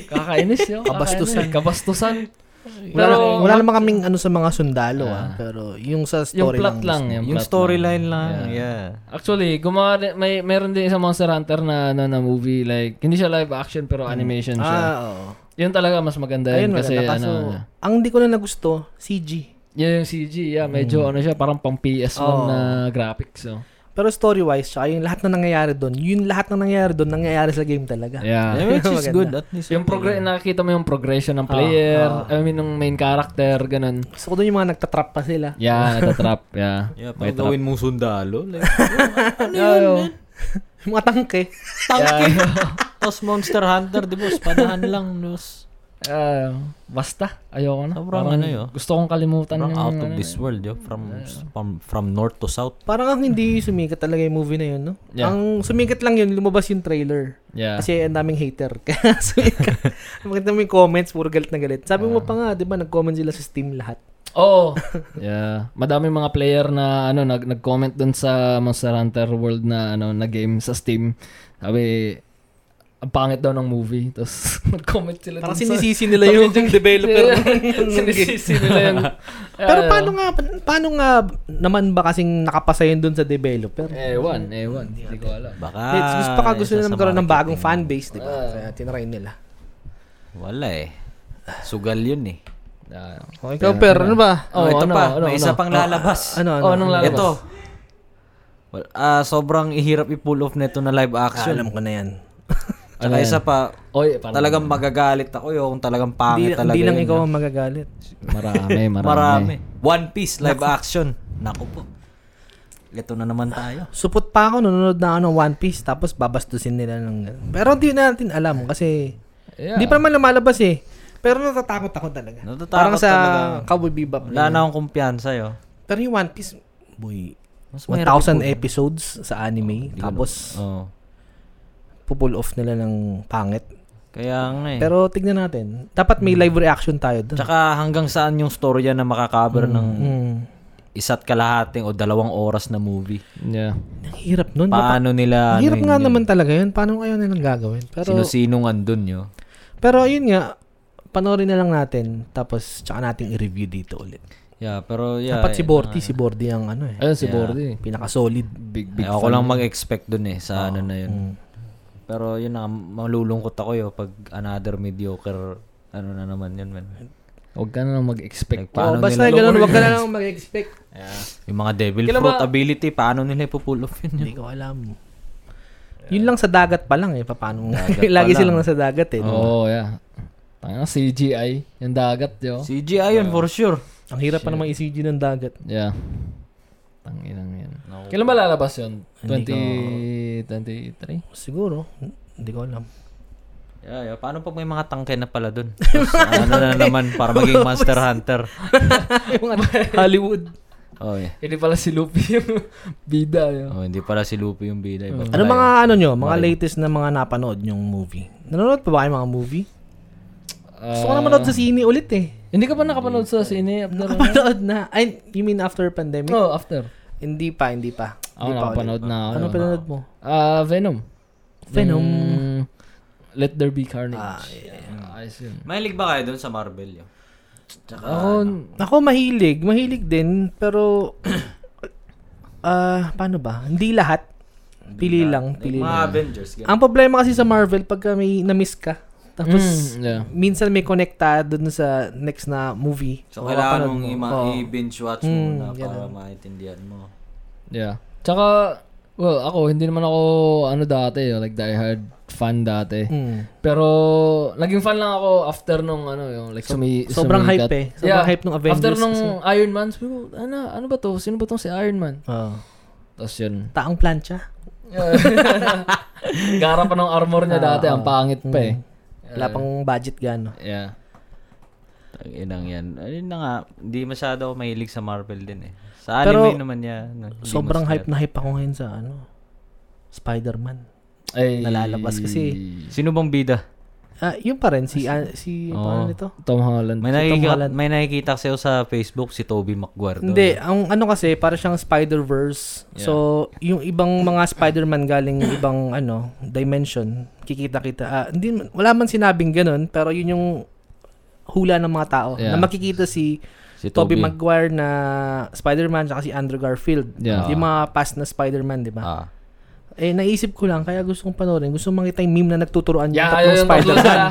kakainis yun.
Kabastusan.
kakainis. Kabastusan.
Wala,
Pero,
na- wala naman kaming ano sa mga sundalo ah, pero yung
yung
sa story
plot lang.
mismo.
Yung,
Yung
plot
storyline lang.
Yeah.
Yeah.
<laughs> Actually, gumawa rin, may meron din isang Monster Hunter na ano na movie like hindi siya live action pero animation siya.
Ah, oo.
Yun talaga mas maganda
Ayun,
yun kasi
maganda. Kaso,
ano, ano.
ang hindi ko na nagusto, CG.
Yun yung CG, yeah, medyo ano siya parang pang PS1
Oo.
na graphics. oh. So.
Pero story-wise, tsaka yung lahat na nangyayari doon, yung lahat na nangyayari doon, nangyayari sa game talaga.
Yeah.
Which is
Maganda.
good at least.
Yung progress nakikita mo yung progression ng player, I mean ng main character, ganun.
Gusto ko doon yung mga nagtatrap pa sila.
Yeah, natatrap. Yeah.
<laughs> Yeah,
May trap.
pag gawin mong sundalo, like,
Ano
Yeah, yun,
Yung mga tangke.
tanki. <laughs> Tapos Monster Hunter, di ba? Panahan lang, nos.
Ah, basta, ayoko na.
Sobrang ano yun.
Gusto kong kalimutan
Parang
yung
out of
ano,
this world, yo. From, from, from north to south.
Parang ang hindi sumikat talaga yung movie na yun, no?
Yeah.
Ang sumikat lang yun, lumabas yung trailer.
Yeah.
Kasi ang daming hater. <laughs> Kaya sumikat. Makita mo yung comments, puro galit na galit. Sabi mo pa nga, di ba, nag-comment sila sa Steam lahat.
Oo. <laughs> yeah. oh! Madami mga player na ano nag nag-comment dun sa Monster Hunter World na ano na game sa Steam. Sabi ang pangit daw ng movie. <laughs> Tapos nag-comment sila
Parang
dun <laughs> sa
sinisisi nila yung developer.
<laughs>
<laughs>
sinisisi nila yung
Pero paano nga, paano nga naman ba kasing nakapasa yun dun sa developer?
Ewan, ewan. Hindi ko alam.
Baka,
Let's gusto pa ka gusto
isa
nila
sa
magkaroon ng bagong
marketing.
fanbase, di ba?
Ah.
Kaya tinry nila.
Wala eh. Sugal yun eh.
Yeah.
Okay, pero ano ba?
Oh,
Oh, ito
ano,
pa.
ano, ano?
May isa pang lalabas.
Ano, ano?
Oh, anong lalabas?
Ito. Well, ah, sobrang ihirap i-pull off neto na live action.
ko na <laughs> yan.
Tsaka isa pa,
Oy, parang
talagang magagalit ako yung talagang pangit
Hindi,
talaga.
hindi lang
yun,
ikaw
no?
ang magagalit.
marami,
<laughs>
marami.
Marami. One Piece live action. Naku po. Ito na naman tayo.
Supot pa ako, nanonood na ako ng One Piece, tapos babastusin nila ng... Pero hindi natin alam kasi...
Yeah.
Hindi pa naman lumalabas eh. Pero natatakot ako talaga.
Natatakot
Parang sa
talaga.
Cowboy Bebop.
Wala na akong kumpiyansa yo.
Pero yung One Piece, boy,
Mas mahirap i-pull.
1,000 episodes sa anime, tapos
Oo.
pupull off nila ng pangit.
Kaya nga eh.
Pero tignan natin. Dapat may live reaction tayo doon.
Tsaka hanggang saan yung storya na makakaber ng
Mm.
isa't kalahating o dalawang oras na movie.
Yeah.
Ang hirap nun. Dapat-
Paano nila
Ang hirap
ano
nga
yun,
naman talaga yun. Paano kayo nilang gagawin?
yun?
Pero,
Sino-sinong andun yo.
pero yun nga, panoorin na lang natin. Tapos, tsaka nating i-review dito ulit.
Yeah, pero yeah.
Dapat si
eh,
Borty, si Borty ang ano eh.
Ayun si Bordy.
Pinaka-solid.
Big
eh,
big.
ako
fan.
lang mag-expect dun eh
Ah,
sa ano na yun.
mm.
Pero yun na, malulungkot ako yo pag another mediocre ano na naman yun man.
Huwag ka na lang mag-expect.
Like, paano
oh, basta
nila,
ganun, wag ka na lang mag-expect.
yung mga devil
Ah. Kailan
fruit
ba-
ability, paano nila ipupull off yun?
Hindi ko alam. Yun lang sa dagat pa lang eh. Paano? <laughs>
Dagat
Lagi
pa
silang
lang.
nasa dagat eh. no?
Oo, oh, yeah. Tanga CGI, yung dagat 'yo.
CGI yun for sure.
Ang hirap pa naman i-CG ng dagat.
Yeah. Tanginang yan. Kailan ba lalabas yun?
Hindi
2023?
Siguro. Hindi ko alam.
Yeah, yeah. Paano pag may mga tangke na pala dun?
<laughs>
Tapos, ano na naman para maging Monster Hunter.
Hollywood.
Oh, yeah.
ano, <laughs> Hindi pala si Luffy yung <laughs> bida yun.
Oh, hindi pala si Lupo yung bida. Iba pala
Ano
yun.
mga ano nyo? Mga latest na mga napanood yung movie? Nanonood pa ba kayo mga movie? Gusto
Ah.
ko na manood sa sine ulit eh.
Ah, Hindi ka pa nakapanood sa sine after?
Nakapanood na. Ay, you mean after pandemic?
No, after.
Hindi pa, hindi pa.
Ako
Hindi pa
nakapanood na ako.
Ano
yun.
pinanood mo?
Ah, Venom.
Venom.
Yung Let There Be Carnage. Ah, Ayos yun. Ah,
Mahilig ba kayo dun sa Marvel yun?
Ako,
Ako mahilig. Mahilig din. Pero, <clears throat> ah, paano ba? Hindi lahat. Pili lang, pili
Mga
lang.
Avengers. ganun.
Ang problema kasi sa Marvel, pagka may na-miss ka, tapos,
Mm, yeah.
minsan may connecta dun sa next na movie.
So, kailangan
mapanood
mong
mo.
ima-
Oo.
i-binge watch
Hmm,
muna para
ganun.
maintindihan mo.
yeah. Tsaka, well, ako, hindi naman ako, ano dati, like diehard fan dati.
Mm.
Pero naging fan lang ako after nung ano yung like sumi,
sobrang
sumikat.
hype eh. Sobrang hype nung Avengers
After nung
kasi.
Iron Man, sabi ko, ano, ano ba to? Sino ba tong si Iron Man?
Oo.
Tapos
<laughs>
yun.
Taang plancha.
Gara pa ng armor niya dati,
Ah,
ang pangit pa
Mm.
eh.
Wala pang budget gano.
Yeah.
Inang yan. Ayun na nga, hindi masyado ako mahilig sa Marvel din eh. Sa
Pero,
anime naman niya. ano, hindi
Sobrang
mas-
hype na hype ako ngayon sa ano, Spider-Man.
Ay,
Nalalabas kasi.
Sino bang bida?
ah, yun pa rin si ah, si
Oo.
paano nito?
Tom Holland.
May
Si Tom
nakikita,
Holland.
may nakikita sa'yo sa Facebook si Toby Maguire doon.
Hindi, ang ano kasi para siyang Spider-Verse. So, yung ibang mga Spider-Man galing ibang ano, dimension, kikita-kita. Ah, hindi man- wala man sinabing ganun, pero yun yung hula ng mga tao
Yeah.
na makikita si
Si
Tobey
Toby.
Maguire na Spider-Man at si Andrew Garfield.
Yeah.
Yung mga past na Spider-Man, di ba?
ah.
Eh, naisip ko lang, kaya gusto kong panoorin. Gusto kong makita yung meme na nagtuturoan yung
Yeah,
tatlong
ayun, tatlo
Spider-Man.
sila.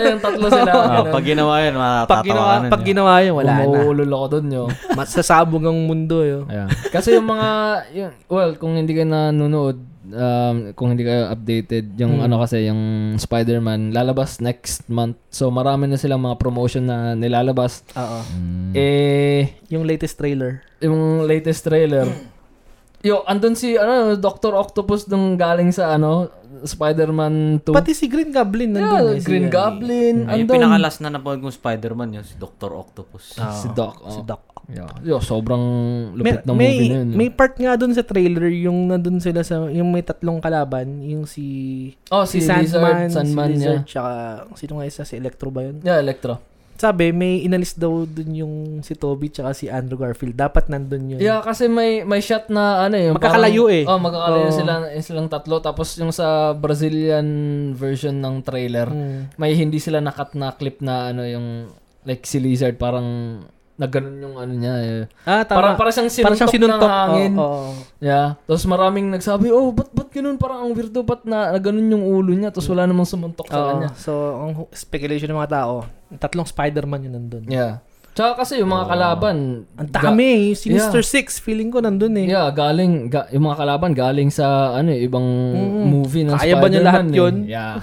Ayun, tatlo
<laughs>
sila.
Ah,
Ganun.
pag ginawa yun,
Pag ginawa,
matatawanan
pag
yun.
ginawa yun, wala na.
Umuulol ako dun yo.
Masasabog ang mundo yun.
Ayan. Kasi yung mga, yung, well, kung hindi kayo nanonood, um, kung hindi kayo updated, yung ano kasi, yung Spider-Man, lalabas next month. So, marami na silang mga promotion na nilalabas.
Oo.
Eh,
Yung latest trailer.
yung latest trailer, yo, andun si, ano, Dr. Octopus nung galing sa, ano, Spider-Man 2.
Pati si Green Goblin nandun.
yeah,
eh, si-
Green Goblin,
Ay, yung
andun.
pinakalas na napanood kong Spider-Man yun, si Dr. Octopus.
Si Doc. Oh.
Si Doc.
Yo, yo, sobrang
May,
lupit ng
may,
movie na yun. eh.
may part nga dun sa trailer yung nandun sila sa yung may tatlong kalaban yung si
oh, si, Sandman, Sandman
si
niya.
Lizard tsaka sino nga isa si Electro ba yun?
eh. Yeah, Electro.
Sabi may inalis daw dun yung si Toby tsaka si Andrew Garfield dapat nandun yun.
Yeah, kasi may may shot na ano eh. yung
Magkakalayo
parang-
eh.
Oh, magkakalayo
Oo.
sila yung silang tatlo tapos yung sa Brazilian version ng trailer,
Mm.
may hindi sila nakat na clip na ano yung like si Lizard parang nagganon yung ano niya eh.
Ah,
Parang
tama.
para siyang sinuntok,
Parang siyang sinuntok.
ng hangin.
Oo, oo.
Yeah. Tapos maraming nagsabi, "Oh, ba't ba't ganun parang ang weirdo ba't na nagganon yung ulo niya tapos wala namang sumuntok sa
Oo,
kanya."
So, ang hu- speculation ng mga tao, tatlong Spider-Man yun nandun.
Yeah. Tsaka kasi yung mga kalaban,
Ang
ga-
dami. eh. Sinister Six, feeling ko nandun eh.
Yeah, galing ga, yung mga kalaban galing sa ano eh, ibang
Mm.
movie ng
Kaya ba niya
Spider-Man
lahat
eh.
yun? <laughs>
Yeah.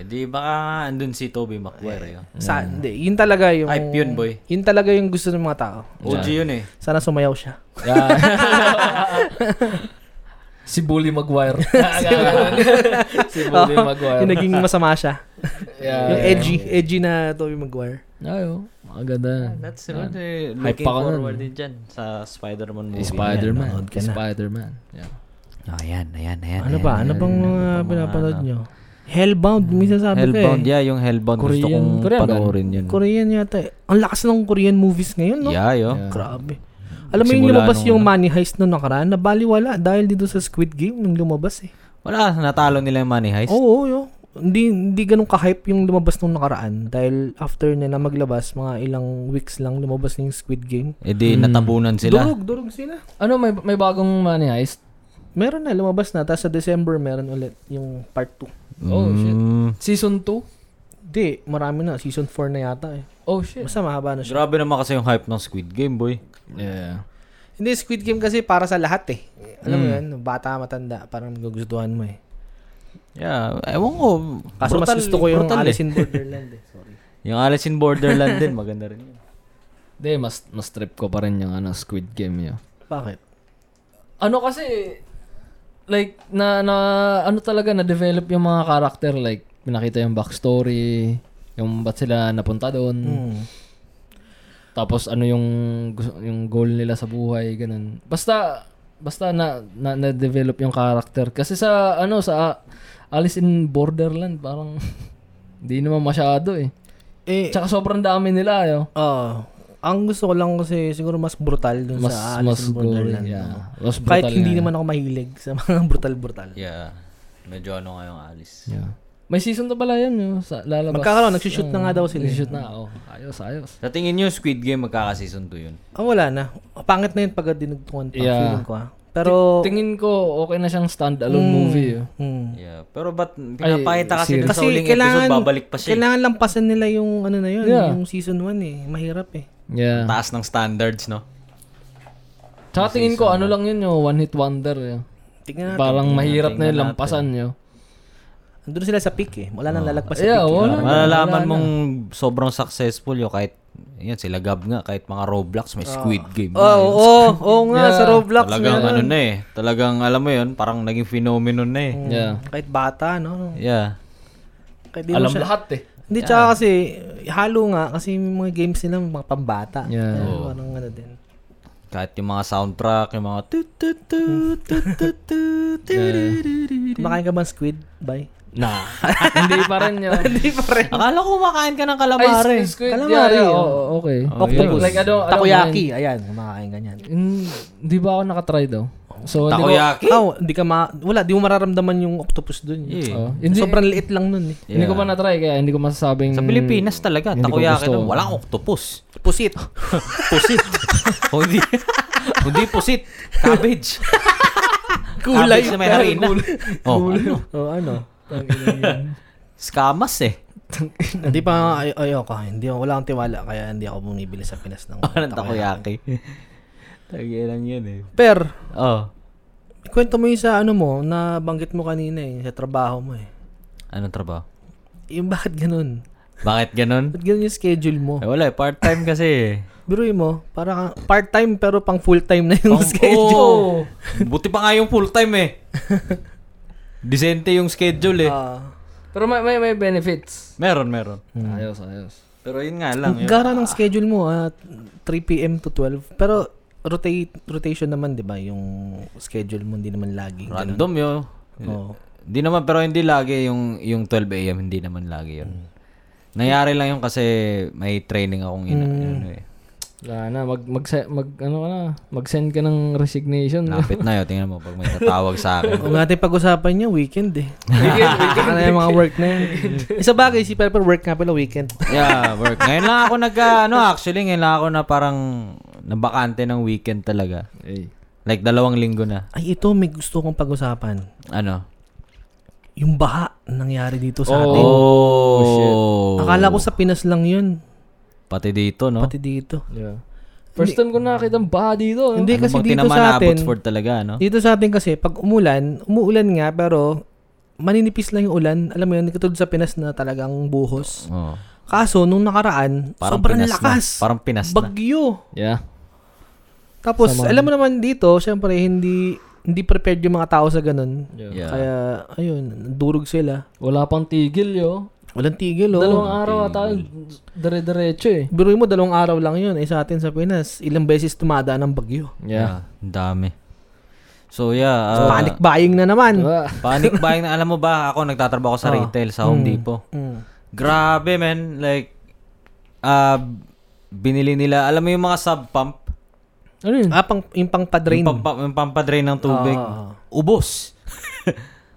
Eh di baka nga andun si Toby Maguire yun.
Sa, hindi, yun talaga yung...
Hype yun, boy.
Yun talaga yung gusto ng mga tao.
OG yun eh.
Sana sumayaw siya.
yeah. si Bully Maguire. <laughs> Ah,
<laughs>
si Bully Maguire.
yung naging masama siya.
yeah,
yung
yeah.
edgy. Edgy na Tobey Maguire.
Ayo, ang
Ah,
ganda.
That's right. Eh.
Hype
Looking
pa ka nun.
forward din dyan sa Spider-Man movie.
Spider-Man.
nanood ka na.
Spider-Man. Yeah.
Ayan, oh, ayan, ayan, ayan.
Ano ba? Ano bang mga pinapanood nyo? Hellbound, minsan sabi
ano? Mm. Hellbound,
ko eh.
yeah, yung Hellbound gusto
Korean-
kong
Korean ba?
panoorin yun.
Korean yata eh. Ang lakas ng Korean movies ngayon, no?
Yeah, yo.
Grabe. Alam mo yung
Simula
lumabas
nung ano.
yung Money Heist nung nakaraan, nabaliwala dahil dito sa Squid Game nung lumabas eh.
Wala, natalo nila yung Money Heist.
Oo, yo. Hindi, hindi ganun ka-hype yung lumabas nung nakaraan dahil after nila maglabas, mga ilang weeks lang lumabas na yung Squid Game.
Eh di, natabunan
Mm.
sila.
Durog, durog sila.
Ano may may bagong money heist?
Meron na, lumabas na. Tapos sa December, meron ulit yung part 2.
Oh shit.
Mm.
Season 2?
Hindi, marami na. Season 4 na yata eh.
Oh shit.
Basta mahaba na siya.
Grabe naman kasi yung hype ng Squid Game, boy.
Yeah.
Hindi, Squid Game kasi para sa lahat eh. Alam mo yun, bata, matanda, parang magugustuhan mo eh.
Yeah, ewan ko.
Kaso
brutal-
mas gusto ko yung
brutal eh.
Alice in Borderland eh. Sorry.
Yung Alice in
<laughs>
Borderland din, maganda rin yun.
Hindi, mas mas trip ko pa rin yung ano Squid Game niya.
Bakit?
ano kasi like na na ano talaga na develop yung mga character like pinakita yung backstory yung ba't sila napunta doon
Hmm.
tapos ano yung gus- yung goal nila sa buhay ganun basta basta na na, develop yung character kasi sa ano sa Alice in Borderland parang <laughs> hindi naman masyado eh
Eh,
tsaka sobrang dami nila yo
ah, ang gusto ko lang kasi siguro mas brutal dun
mas
sa
mas
Alice in
goal
Borderland. no?
yeah mas
Kahit
brutal
hindi
nga.
naman ako mahilig sa mga <laughs> brutal-brutal.
Yeah. Medyo ano nga yung Alice.
Yeah. May season na pala yan, yung sa, lalabas.
Magkakaroon, nagsushoot na nga daw sila. eh.
Nagsushoot na, oh. Ayos, ayos.
Sa tingin nyo, Squid Game magkaka-season 2 yun.
Ah, wala na. Pangit na yun pag dinugtungan pa,
Yeah.
feeling ko ah. Pero,
Tingin ko, okay na siyang standalone movie. oh.
hmm.
Yeah. Pero ba't pinapakita kasi
series.
dun sa
Kasi
uling
kailangan,
episode, babalik pa siya. eh.
kailangan lampasan nila yung ano na yun,
Yeah.
yung season 1 eh. Mahirap eh.
Yeah.
Taas ng standards, no?
Tsaka tingin ko, ano lang yun, yung one hit wonder. Yun.
Tignan natin.
Parang mahirap na
tingnan
yung
natin.
lampasan yun.
Andun sila sa peak eh. Wala nang lalagpas sa
Ah. Yeah, oh.
peak. eh.
wala. na,
Malalaman
wala na.
mong sobrang successful yun kahit yan, sila Gab nga, kahit mga Roblox, may Squid Game.
Oo, oh, oo, oo nga, sa Ah. Roblox.
Talagang
meron.
ano na eh. Talagang alam mo yun, parang naging phenomenon na eh.
Mm.
Yeah.
Kahit bata, no?
Yeah.
Kahit di mo
Alam
siya-
lahat eh.
Hindi, tsaka kasi, halo nga, kasi yung mga games nila, mga pambata.
Yeah.
Kaya Parang ano din.
Kahit yung mga soundtrack, yung mga tut tut tut tut tut tut
<laughs>
tut
Yeah.
Kumakain ka ba ng squid? Bye.
<laughs>
Na.
<laughs> Hindi pa rin yun.
<laughs> Hindi pa
<laughs>
rin.
Akala ko kumakain ka
Ay,
ng calamari.
squid- squid. Yeah,
Calamari.
yeah,
oh.
oo, okay.
Oh, Octopus.
Like, ano, ano,
Takoyaki. Ayan, kumakain ganyan.
Hindi ba ako nakatry daw? So, hindi ko-
Takoyaki.
Oh, hindi ka ma... Wala, di mo mararamdaman yung octopus dun. eh.
Yeah.
Oh, hindi,
Sobrang liit lang nun eh.
hindi ko pa natry kaya hindi ko masasabing...
Sa Pilipinas talaga,
Hmm. Hindi ko
takoyaki
gusto.
na walang octopus.
<laughs>
Pusit.
Pusit. O, hindi, hindi pusit.
<laughs>
Cabbage.
Kulay.
Cabbage na may
<laughs>
harina. Oh, ano?
Oh, ano?
<laughs> Scamas eh.
hindi pa, ay, ayoko. Hindi, wala akong tiwala. Kaya hindi ako bumibili sa Pinas ng
Parang takoyaki. Tagilan yun eh.
Per,
Oh.
kwento mo yung sa ano mo, na banggit mo kanina eh, sa trabaho mo eh.
Anong trabaho?
Yung bakit ganun?
Bakit ganun?
Ba't ganun yung schedule mo?
Eh, wala eh. Part-time
<laughs>
kasi eh.
Biruin mo, para kang part-time pero pang full-time na yung
Pang-
schedule.
Oo.
Oh.
Buti pa nga yung full-time
<laughs>
eh. Disente yung schedule eh.
Ah.
Pero may, may, may benefits.
Meron, meron.
Ayos, ayos.
Pero yun nga lang.
Ang gara ng schedule mo, ah, 3 p.m. to 12. Pero rotate, rotation naman, di ba? Yung schedule mo, hindi naman lagi.
Random yun.
Oo.
Hindi naman, pero hindi lagi yung, yung 12 a.m. Hindi naman lagi
Hmm.
yun. Nangyari lang yun kasi may training akong ina.
Hmm.
Ano eh.
Wala na, mag, mag, mag, ano ka na, mag-send ka ng resignation.
Lapit na yun. Tingnan mo pag may tatawag sa akin.
Kung natin pag-usapan niya, weekend eh. <laughs> weekend, weekend. Ano yung mga work na yun. Isa bagay, si Pepper work nga pala weekend.
Yeah, work. Ngayon lang ako nag, ano actually, ngayon lang ako na parang nabakante ng weekend talaga.
Eh.
Like dalawang linggo na.
Ay, ito, may gusto kong pag-usapan.
Ano?
Yung baha na nangyari dito sa atin.
Oh,
Akala ko sa Pinas lang yun.
Pati dito, no?
Pati dito.
Yeah. First time ko nakakita ang baha dito. oh. no?
Hindi
Ano
kasi
bang
dito
tinamaan na
sa atin.
Abbotsford talaga, no?
Dito sa atin kasi, pag umulan, umuulan nga, pero maninipis lang yung ulan. Alam mo yun, hindi katulad sa Pinas na talagang buhos.
Oh,
Kaso, nung nakaraan, sobrang
Pinas
lakas.
Na. Parang Pinas na.
Bagyo.
Yeah.
Tapos, alam mo naman dito, syempre, hindi hindi prepared yung mga tao sa ganun.
yeah.
Yeah.
Kaya, ayun, durog sila.
Wala pang tigil, yo.
Walang tigil, oh.
Dalawang araw ata, dire-diretso eh.
Biruin mo, dalawang araw lang yun. Eh, sa atin sa Pinas, ilang beses tumadaan ng bagyo.
Yeah.
Ah, Ang dami. So, yeah.
So,
ah,
panic buying na naman.
Diba?
panic buying na. Alam mo ba, ako nagtatrabaho
Oh.
sa retail sa Home Depot.
Mm.
Grabe, man. Like, ah, binili nila, alam mo yung mga sub pump?
Hmm.
Ano yun?
Ah, pang, yung pang padrain.
Yung, pampa, yung pampadrain ng tubig. ubos.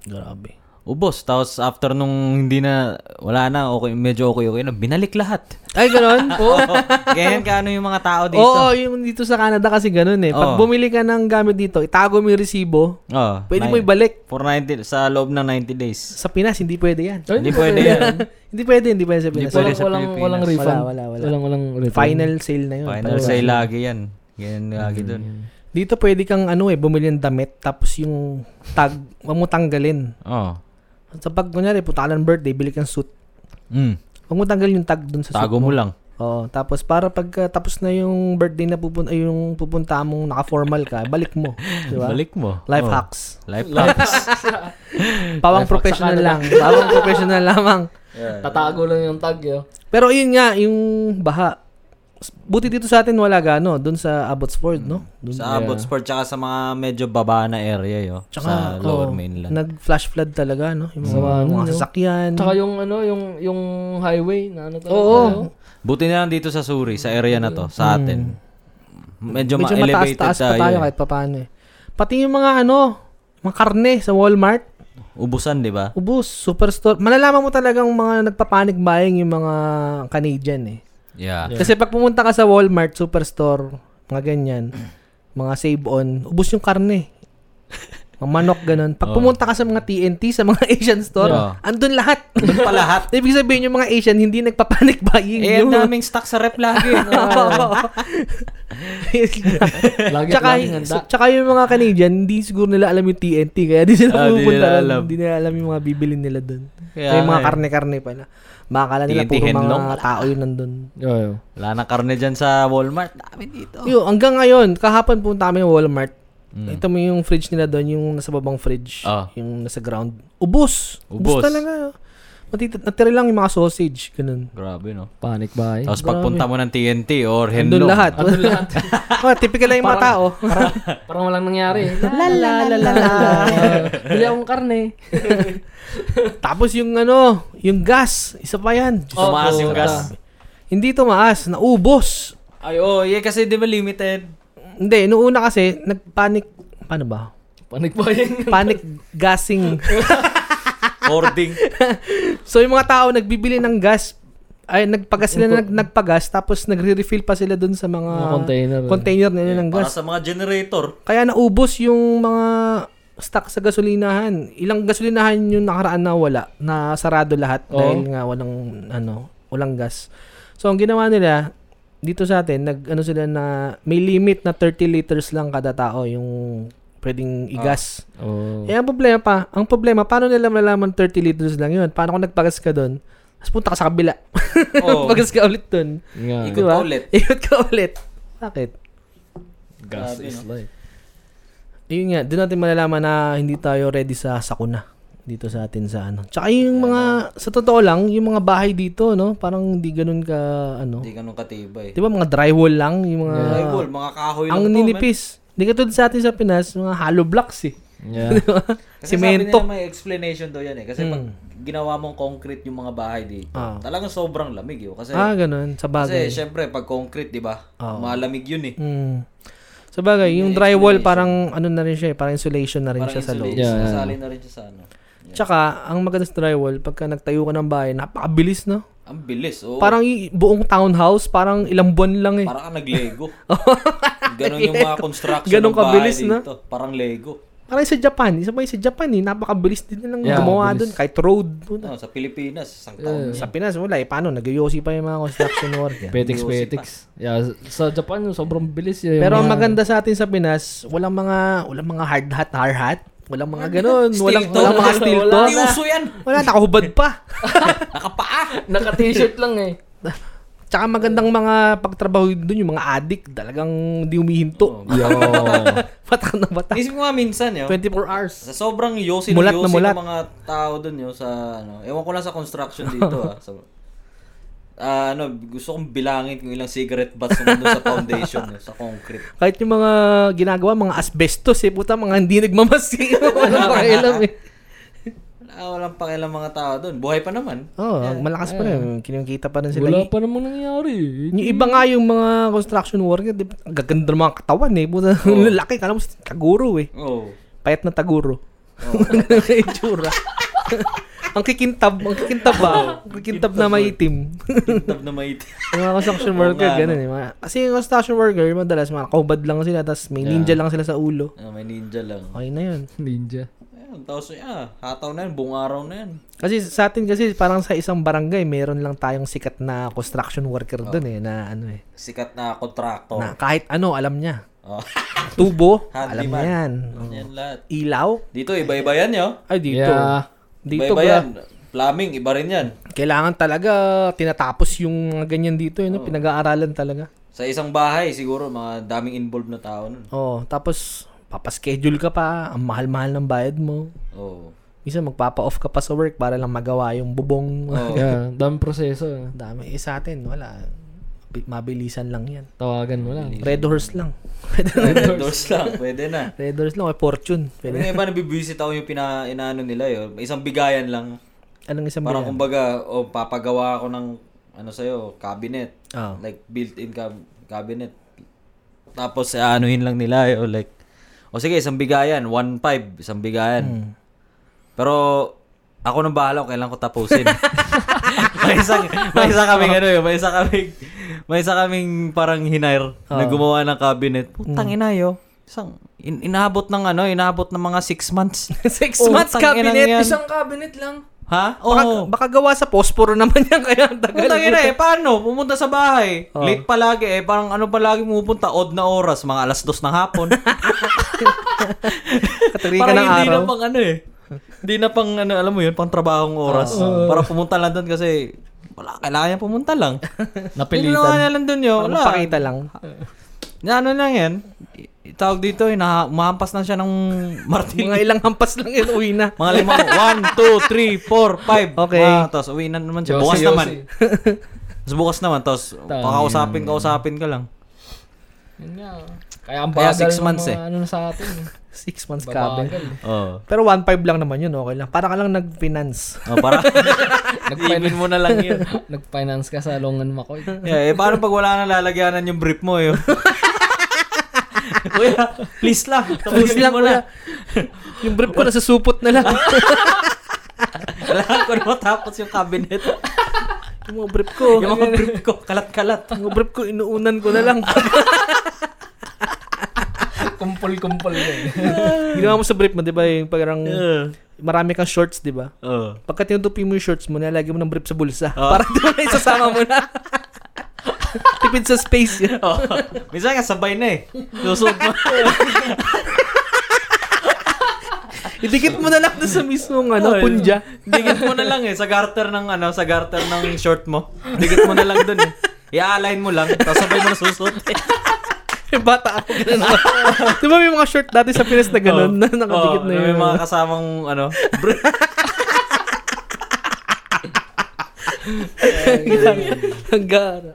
Grabe.
ubos. Tapos after nung hindi na, wala na, okay, medyo okay, okay na, binalik lahat.
Ay,
<laughs>
ganun? <laughs> Oo.
Ganyan kaano yung mga tao dito.
Oo, yung dito sa Canada kasi ganun eh.
Oo.
Pag bumili ka ng gamit dito, itago mo yung resibo,
Oh,
pwede
nine-
mo ibalik.
For 90, sa loob ng 90 days.
Sa Pinas, hindi pwede
<laughs>
yan.
Ay,
Hindi pwede yan.
<laughs> hindi pwede, hindi pwede sa
Hindi
Pinas.
pwede
Walang,
sa
walang,
Pilipinas.
walang refund.
Wala, wala, wala.
Walang, walang refund.
Final sale na yun.
Final
Pero-
say lagi yan. Ganyan lagi dun.
Mm. Dito pwede kang ano eh, bumili ng damit, tapos yung tag, huwag mo tanggalin.
Oh.
Sa pag, kunyari, punta ka ng birthday, bili kang suit.
Mm.
Huwag mo tanggalin yung tag dun sa
Tago
suit
mo lang.
Oo, tapos para pagka tapos na yung birthday na pupunta, ay, yung pupunta mong naka-formal ka, balik mo. Di
<laughs>
ba?
Balik mo. Oh.
Life hacks.
Life hacks.
Pawang professional lang. Pawang professional lamang.
<laughs>
Tatago lang yung tag, yo.
Pero yun nga, yung baha. Buti dito sa atin wala gano, doon sa Abbotsford,
Mm.
no? Dun,
sa Abbotsford tsaka sa mga medyo baba na area yo. sa lower
oo,
mainland.
oh,
Mm.
Nag-flash flood talaga, no? Yung mga,
Sama,
mga
no?
sasakyan.
Tsaka yung ano, yung yung highway na ano talaga.
Oo.
yo.
Buti na lang dito sa Suri, sa area na to, sa atin. Medyo,
Mm. medyo
ma-elevated
mataas-taas pa
tayo.
tayo
eh.
kahit papaano eh. Pati yung mga ano, mga karne sa Walmart,
Ubusan, di ba?
ubus, superstore. Malalaman mo talagang mga nagpapanic buying yung mga Canadian eh.
Yeah.
<laughs> Kasi pag pumunta ka sa Walmart, Superstore, mga ganyan, mga save-on, ubus
<laughs>
yung karne. Mga manok, ganun. Pag pumunta ka sa mga TNT, sa mga <laughs> Asian store,
Oh. Yeah.
andun lahat. <laughs>
Doon pa lahat.
Ibig sabihin yung mga Asian, hindi nagpapanic <laughs> buying.
Eh, ang
Yung-
daming stock sa rep lagi.
<laughs>
Lagi
tsaka,
lagi handa.
tsaka yung mga Canadian, hindi siguro nila alam yung TNT, kaya di sila
Ah, di
pupunta.
nila
doon.
alam.
Hindi nila alam yung mga bibilin nila doon.
Kaya
Kaya yung mga
nga eh.
karne-karne pala. Makakala nila
TNT
puro
henlong,
mga tao yung nandun.
Yo, yo.
Wala na karne dyan sa Walmart. Dami dito.
Yo, hanggang ngayon, kahapon punta kami ng Walmart. Ito mo yung fridge nila doon, yung nasa babang fridge,
Ah.
yung nasa ground. Ubus. Ubus,
Ubus.
talaga. Matita- natira lang yung mga sausage, ganun.
Grabe, no?
Panic buy.
Ah.
Tapos pagpunta mo ng TNT or
Eh, Andun
Henlo.
lahat. Andun <laughs> lahat. Mga typical lang yung mga <laughs> tao.
Parang walang nangyari. La
<laughs>
la la la la. <laughs> Bili akong karne.
Tapos yung ano, yung gas, isa pa yan. Diyos
Tumaas
ko.
yung gas.
Hindi tumaas, naubos.
Ay, oh, yeah, kasi di ba limited?
Hindi, noong una kasi, nagpanic, paano ba?
Panic buy yun.
Panic
<laughs>
gassing.
Hoarding.
So yung mga tao nagbibili ng gas, ay nagpagas sila na nag, nagpagas tapos nagre-refill pa sila dun sa mga,
Mga container.
container nila ng
Para
gas.
sa mga generator.
Kaya naubos yung mga stock sa gasolinahan. Ilang gasolinahan yung nakaraan na wala, na sarado lahat
Oo.
dahil nga walang ano, walang gas. So ang ginawa nila dito sa atin, nag ano sila na may limit na 30 liters lang kada tao yung pwedeng
Ah.
igas.
Oh.
Eh, ang problema pa, ang problema, paano nila malalaman 30 liters lang yun? Paano kung nagpagas ka doon? Tapos punta ka sa kabila. <laughs>
Oo.
Pagas ka ulit doon.
Nga.
Ikot
Diba?
ka ulit.
Ikot ka ulit. Bakit?
Gas is life.
Ayun nga, doon natin malalaman na hindi tayo ready sa sakuna dito sa atin sa ano. Tsaka yung mga, sa totoo lang, yung mga bahay dito, no? Parang hindi ganun ka, ano.
Hindi ganun katibay.
Di ba mga drywall lang? Yung mga,
Ay, Paul, mga kahoy lang
Ah. ang
to, man.
ninipis. Hindi ka tulad sa atin sa Pinas, mga hollow blocks eh. <laughs>
Yeah.
Kasi sabi nila
Semento.
may explanation daw yan eh. Kasi pag ginawa mong concrete yung mga bahay dito,
Hmm. Ah.
talagang sobrang lamig yun. Kasi,
Ah, ganun. Sa bagay.
kasi syempre, pag concrete, di ba? Malamig yun eh.
Mm. Sa bagay, yung drywall parang ano na rin siya eh, parang insulation na rin siya sa loob.
Insulation,
Yeah.
Sasali oh, na rin siya sa ano.
Tsaka, ang maganda sa drywall, pagka nagtayo ka ng bahay, napakabilis no?
Ang bilis, oo. Parang,
Parang i- buong townhouse, parang ilang buwan lang eh.
parang ka
<laughs>
nag-lego. ganun yung mga construction
Ganun
ng bahay
kabilis, no?
dito. Parang Lego.
Parang sa Japan, isa pa yung sa Japan eh, napakabilis din nilang
Yeah,
gumawa
bilis.
doon, kahit road. puta.
No, Ano, sa Pilipinas, isang taon.
Sa Pinas, wala eh, paano? Nagyoyosi pa yung mga construction work. eh.
<laughs>
yan.
Petiks, petiks. Yeah, sa Japan, sobrang bilis. Yeah,
Pero ang maganda sa atin sa Pinas, walang mga, walang mga hard hat, hard hat. Walang mga ganun. walang,
toe.
walang mga steel
Wala
toe.
Hindi uso
<laughs>
yan!
Wala, nakahubad pa.
Nakapaa!
Naka-t-shirt lang eh.
Tsaka magandang mga pagtrabaho doon, yung mga adik, talagang hindi humihinto.
Yo.
<laughs> Batak na batak.
Isip ko nga minsan, yo.
24 hours.
Sa sobrang yosi
Mulat
mulat
na
yosi
mulat.
ng mga tao dun yo sa ano, ewan ko lang sa construction dito
<laughs>
ah. Sa, ah, ano, gusto kong bilangin kung ilang cigarette butts nandun sa foundation yo, sa concrete.
Kahit yung mga ginagawa, mga asbestos eh, puta, mga hindi nagmamaski. Wala pa kailam eh.
Wala, walang pakialam mga tao dun. Buhay pa naman.
Oo, oh, malakas pa rin. Kinikita pa rin sila.
Wala pa naman nangyari. eh.
Yung iba nga yung mga construction worker, di ba, ang gaganda ng mga katawan eh. Puta, lalaki, kala mo si Kaguro eh.
Oh.
Payat na Taguro. Oh. Itsura. <laughs> ang kikintab, ang kikintab ba? Ang kikintab na maitim.
Tintab na may <laughs>
Yung mga construction worker,
nga,
ganun eh. Mga, kasi yung construction worker, madalas mga kaubad lang sila, tapos may ninja lang sila sa ulo.
Ah, may ninja lang.
Okay na yun.
Ninja.
Ayun, tapos ah, hataw na yan, buong araw na yan.
Kasi sa atin kasi, parang sa isang barangay, meron lang tayong sikat na construction worker dun eh, na ano eh.
Sikat na contractor.
Na kahit ano, alam niya.
Oh.
Tubo, alam
Handyman.
niya yan.
<laughs> yan lahat.
Ilaw,
Dito, iba-iba yan yo.
ay dito.
Yeah.
Dito
Iba-iba
bra.
yan. Plumbing, iba rin yan.
Kailangan talaga tinatapos yung mga ganyan dito, yun, no? pinag-aaralan talaga.
Sa isang bahay, siguro, mga daming involved na tao nun.
Oh, tapos papaschedule ka pa, ang mahal-mahal ng bayad mo.
Oo.
Minsan magpapa-off ka pa sa work para lang magawa yung bubong. <laughs>
Yeah, dami proseso.
Dami. Eh sa atin, wala. Bi- Mabilisan lang yan.
Tawagan mo lang.
Red horse lang. <laughs>
Indoors lang, pwede na.
Red horse lang. May fortune.
Pero
Pwede.
yung iba nabibisit ako yung pina, inaano nila yun. Isang bigayan lang.
Anong isang
Parang
bilang?
kumbaga, o papagawa ako ng, ano sa'yo, cabinet.
Ah.
Like, built-in cab- cabinet. Tapos, aanuhin lang nila yun. Like, o sige, isang bigayan. 1.5, isang bigayan.
Hmm.
Pero, ako nang bahala kung kailan ko
<laughs>
tapusin. may isang, may isa kaming ano yun, may isa kaming, may isa kaming parang hinire
Oh.
na gumawa ng cabinet.
Hmm.
Putang ina yo. Isang, in, inaabot ng ano, inaabot ng mga 6 months.
<laughs> <laughs> Six
Oh,
months
tangina
cabinet.
yan.
Isang Oh. cabinet lang.
ha?
Baka,
Oo.
baka gawa sa posporo naman yan. Kaya ang tagal.
Putang ina eh, paano? Pumunta sa bahay. Late palagi eh, parang ano palagi pumupunta, odd na oras, mga alas dos ng <laughs> hapon.
Katri ka ng
hindi
araw.
na pang ano eh. Hindi na pang ano, alam mo yun, pang trabahong oras. Oh. Para pumunta lang doon kasi <laughs> wala, kailangan niya pumunta lang. Hindi na
Napilitan.
lang doon yun.
Parang
Wala.
Pakita lang.
Na ano lang yan, i- tawag dito, eh, na, umahampas lang siya ng <laughs>
Mga
martini.
ilang hampas lang yun, uwi na.
Mga lima, one, two, three, four, five.
Okay.
Ah, tapos uwi na naman siya.
Yossi,
Bukas
Yossi.
naman. <laughs> Tapos bukas naman, tapos
Tama
kakausapin, kausapin ka lang.
Yun nga. Kaya ang
Kaya
bagal
six
ng
months
mga
eh.
ano na sa atin. eh.
Six months
Babagal. eh.
kabel.
<laughs> Oo.
Pero 1.5 lang naman yun, okay lang. Para ka lang nag-finance.
Oh, <laughs> para
Nag-finance,
mo na lang yun.
nag-finance ka sa Longan Makoy.
Yeah, eh, paano pag wala na lalagyanan yung brief mo, eh? yun? <laughs> Kuya, please lang.
Please lang wala. yung brief ko nasusupot na
<laughs>
lang.
Kailangan ko na matapos yung cabinet. <laughs>
yung mga brief ko.
Yung mga brief ko, kalat-kalat.
Yung brief ko, inuunan ko na lang.
Kumpol-kumpol na eh.
Ginawa mo sa brief mo, di ba? Yung parang
Uh,
marami kang shorts, di ba?
uh.
Pagka tinutupi mo yung shorts mo, nalagay mo ng brief sa bulsa. Para doon na isasama mo na. Tipid sa space yun.
Oh, <laughs> minsan nga sabay na eh. Lusog <laughs> mo.
Idikit mo na lang doon sa mismong ano, punja.
Digit mo na lang eh sa garter ng ano, sa garter ng short mo. Digit mo na lang dun eh. I-align mo lang, tapos sabay mo na susot.
Yung bata ako, ganun ako. Di ba may mga short dati sa Pinas na ganun, na nakadikit na yun.
Oh. May
<laughs>
mga kasamang ano, brief.
Ang gara.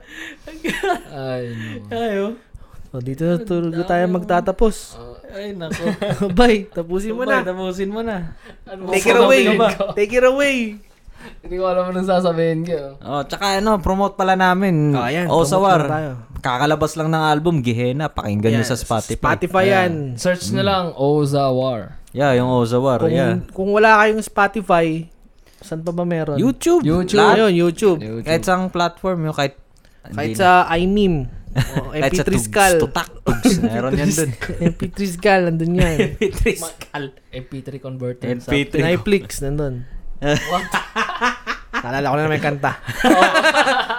Ay, no.
Ayo.
O, Oh, dito na tulog tayo magtatapos.
Ah.
Ay, nako.
<laughs> Bye, tapusin mo na.
Tapusin mo na.
Ano ba
Take it
sasabihin
away.
ko? <laughs>
Take it away.
Hindi ko alam anong sasabihin ko.
Oh, tsaka ano, promote pala namin.
Ah, yan, promote lang tayo.
Osawar. Kakalabas lang ng album, Gihena. Pakinggan nyo sa Spotify.
Spotify yan.
Search na lang Ozawar.
Yeah, yung Osawar.
Kung,
yeah.
kung wala kayong Spotify, saan pa ba meron?
YouTube.
YouTube.
Lahat.
Ayun, YouTube.
Kahit saan platform yung kahit
Kahit sa
<laughs>
iMeme. Oh, O,
kahit
MP3
sa tubs,
Skal. <laughs>
tutak, tubs. Meron yan dun.
MP3 Skal, nandun
<laughs>
yan.
MP3 converter. sa-
MP3.
Netflix, nandun. Naalala ko na naman yung
<laughs>
kanta.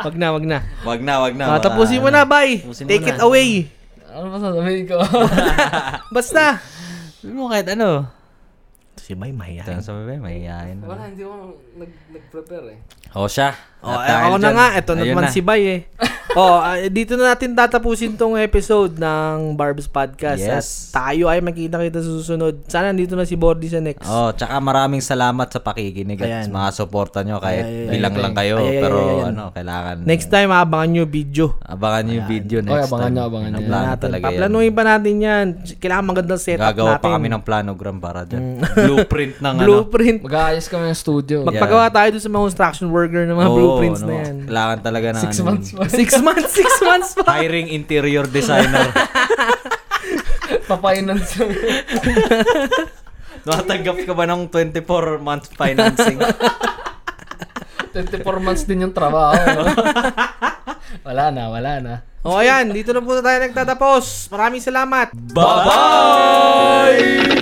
wag na, wag na.
Wag na, wag na.
Ah,
Baka-
tapusin mo na, bye.
Tapusin mo
Take
na.
it away.
Ano ba sasabihin
<laughs>
ko?
Basta.
Sabihin mo kahit ano.
Si Bay,
Ito
mahiya.
ang sabi ba? Mahihayin.
Wala, hindi ko nag- nag-prepare eh.
O siya.
Oh,
At
eh,
dahil
ako na
dyan,
nga, eto na
ayun
naman si Bay
<laughs>
eh. oh, ah, dito na natin tatapusin tong episode ng Barb's Podcast. At
Yes.
tayo ay makita kita sa susunod. Sana dito na si Bordy sa next.
Oh, tsaka maraming salamat sa pakikinig at
Ayan.
mga suporta nyo kahit
Ay, ay, ay,
bilang
ay,
lang kayo
ay, ay, ay,
pero
ay, ay, ay.
ano, kailangan
Next time, abangan nyo video.
Abangan nyo yung video next
Oy, abangan
time. Ano
nyo, abangan nyo.
Plano
natin.
talaga yan.
Paplanuhin pa natin yan. Kailangan magandang setup
Gagawa
natin.
pa kami ng planogram para dyan. <laughs> Blueprint ng ano.
blueprint.
Mag-aayos kami ng studio.
Mag-
Magpagawa tayo dun sa mga construction worker ng
Oo,
mga
ano.
blueprints
no.
na yan.
Kailangan talaga ng
Six
ano,
months pa.
Six months, six months
<laughs>
pa.
Hiring interior designer.
Pa-finance. <laughs>
Nakatanggap ka ba ng 24-month financing?
24 months din yung trabaho.
<laughs>
wala na, wala na.
Oh, O ayan, dito na po tayo nagtatapos. Maraming salamat.
Bye-bye!